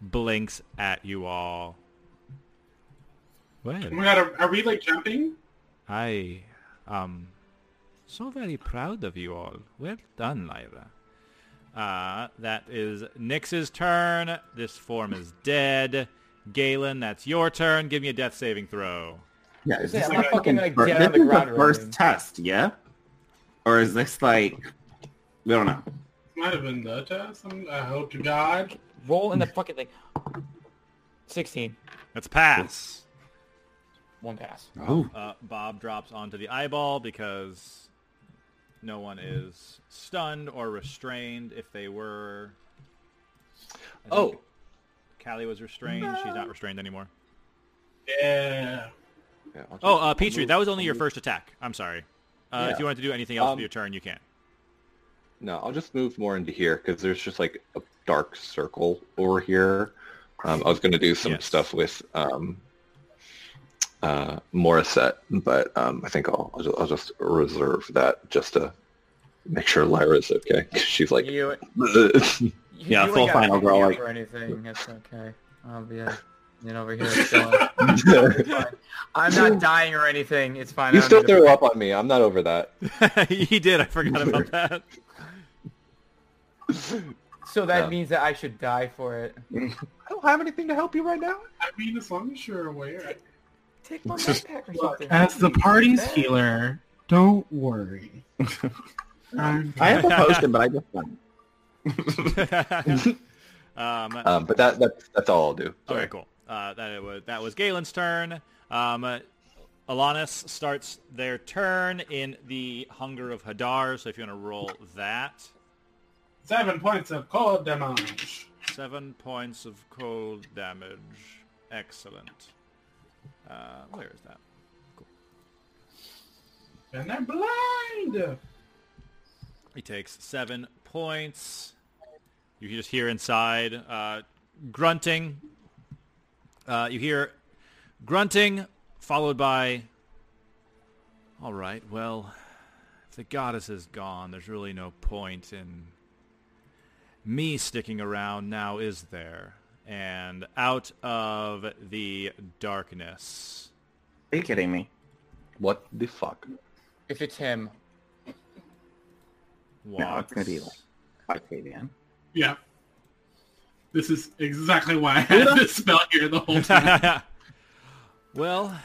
C: blinks at you all. Well,
D: Oh my god, are, are we like jumping?
C: I am so very proud of you all. Well done, Lyra. Uh, that is Nyx's turn. This form is dead. Galen, that's your turn. Give me a death saving throw.
B: Yeah, is
F: Yeah,
B: this
F: I'm
B: like
F: not fucking,
B: fucking
F: like,
B: fir-
F: dead
B: this
F: on the
B: is
F: ground
B: the
F: or
B: first
F: anything.
B: test, yeah? Or is this like we don't know.
D: Might have been the test. I'm- I hope to God.
F: roll in the fucking thing. 16.
C: That's pass.
F: One pass.
B: Oh,
C: Uh, Bob drops onto the eyeball because no one is stunned or restrained. If they were, I think
E: Oh.
C: Callie was restrained. She's not restrained anymore.
D: Yeah.
E: Yeah, I'll just-
C: Oh, uh,
E: I'll
C: Petrie,
E: move-
C: that was only
E: I'll
C: your
E: move-
C: first attack. I'm sorry. Uh, If
E: Yeah.
C: you wanted to do anything else
E: Um,
C: for your turn, you can. (laughs)
E: No, I'll just move more into here because there's just like a dark circle over here. Um, I was going to do some
C: Yes.
E: stuff with um, uh, Morissette, but um, I think I'll, I'll, just, I'll just reserve that just to make sure Lyra's okay. 'Cause She's like, (laughs)
F: You, you,
B: Yeah,
F: you
B: full
F: ain't gotta
B: final
F: pick me
B: roll,
F: up
B: like-
F: Or anything. That's okay. I'll be uh, you know, over here. chilling. I'm not dying or anything. It's fine. I
E: you
F: don't
E: still
F: need to-
E: threw up on me. I'm not over that.
C: he did. I forgot about that.
F: So that
E: Yeah.
F: means that I should die for it.
E: I don't have anything to help you right now.
D: I mean, as long as you're aware.
F: Take my backpack or something.
D: As the party's healer, um, don't worry.
B: I (laughs) have a potion, but I just don't.
C: (laughs) um,
E: Um, but that, that that's all I'll do.
C: okay, cool. Uh, that it was that was Galen's turn. Um, uh, Alanis starts their turn in the Hunger of Hadar. So if you want to roll that,
D: Seven points of cold damage.
C: Seven points of cold damage. Excellent. Uh, where is that? Cool.
D: And they're blind.
C: He takes seven points. You can just hear inside uh, grunting. Uh, you hear grunting, followed by, all right, well, if the goddess is gone, there's really no point in me sticking around now, is there? And out of the darkness.
B: Are you kidding me?
E: What the fuck?
A: If it's him,
C: Walks.
B: it's gonna be like- Octavian.
D: Yeah. This is exactly why I had this spell here the whole time.
C: (laughs)
B: (laughs)
C: well,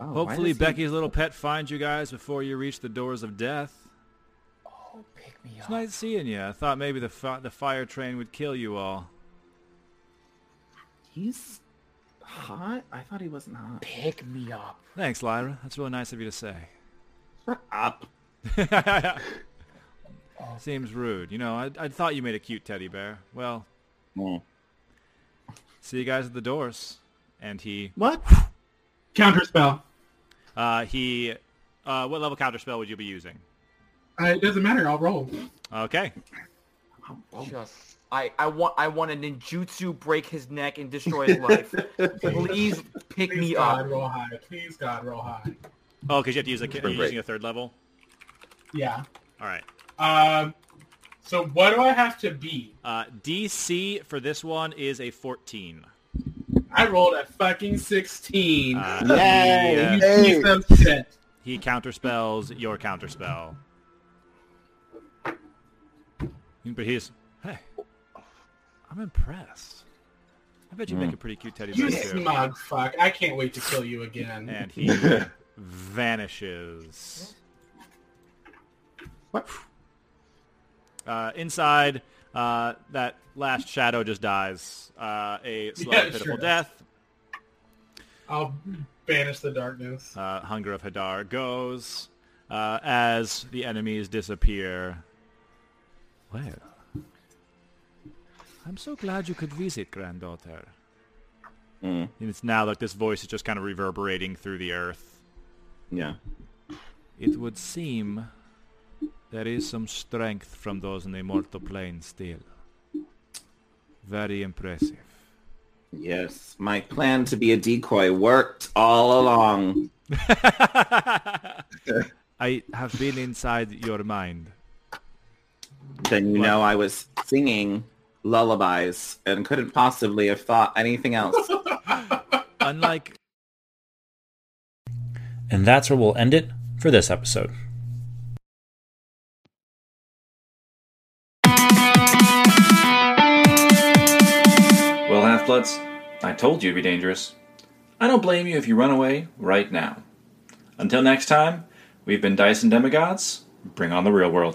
B: Oh, why
C: hopefully
B: does he-
C: Becky's little pet finds you guys before you reach the doors of death.
B: Oh,
A: pick me
C: It's
A: up.
C: nice seeing you. I thought maybe the fi- the fire train would kill you all.
B: He's hot? I thought he wasn't hot.
A: Pick me up.
C: Thanks, Lyra. That's really nice of you to
B: (laughs)
C: say.
B: Shut up. Oh.
C: Seems rude. You know, I, I thought you made a cute teddy bear. Well,
B: Mm.
C: see you guys at the doors. And he,
B: What?
D: (laughs) Counter spell.
C: uh, he, uh, what level counter spell would you be using?
D: Uh, it doesn't matter. I'll roll.
C: Okay.
A: Just, I, I want, I want a ninjutsu break his neck and destroy
F: (laughs)
A: his life. Please pick
D: Please
A: me
D: God,
A: up.
D: roll high. Please God, roll high.
C: Oh, because you have to use a, you're
E: Great.
C: using a third level?
D: Yeah.
C: All right.
D: Um. So what do I have to be?
C: Uh, DC for this one is a 14.
D: I rolled a fucking sixteen.
C: Uh,
B: Yay!
C: He, uh,
D: you piece of shit.
C: he counterspells your counterspell. But he's, hey, I'm impressed. I bet you make a pretty cute teddy bear
D: Hmm. You
C: too.
D: smug fuck. I can't wait to kill you again.
C: and
D: (laughs)
C: he vanishes.
B: What?
C: Uh, inside, uh, that last shadow just dies uh, a slow,
D: Yeah,
C: pitiful
D: sure.
C: death.
D: I'll banish the darkness.
C: Uh, Hunger of Hadar goes uh, as the enemies disappear. Well, I'm so glad you could visit, granddaughter.
B: Mm.
C: And it's now like this voice is just kind of reverberating through the earth.
B: Yeah.
C: It would seem there is some strength from those in the mortal plane still. Very (laughs) impressive.
B: Yes. My plan to be a decoy worked all along.
C: I have been inside your mind.
B: Then you know I was singing lullabies and couldn't possibly have thought anything else.
C: Unlike
J: And that's where we'll end it for this episode. Well, Half Bloods, I told you it'd be dangerous. I don't blame you if you run away right now. Until next time, we've been Dyson Demigods. Bring on the real world.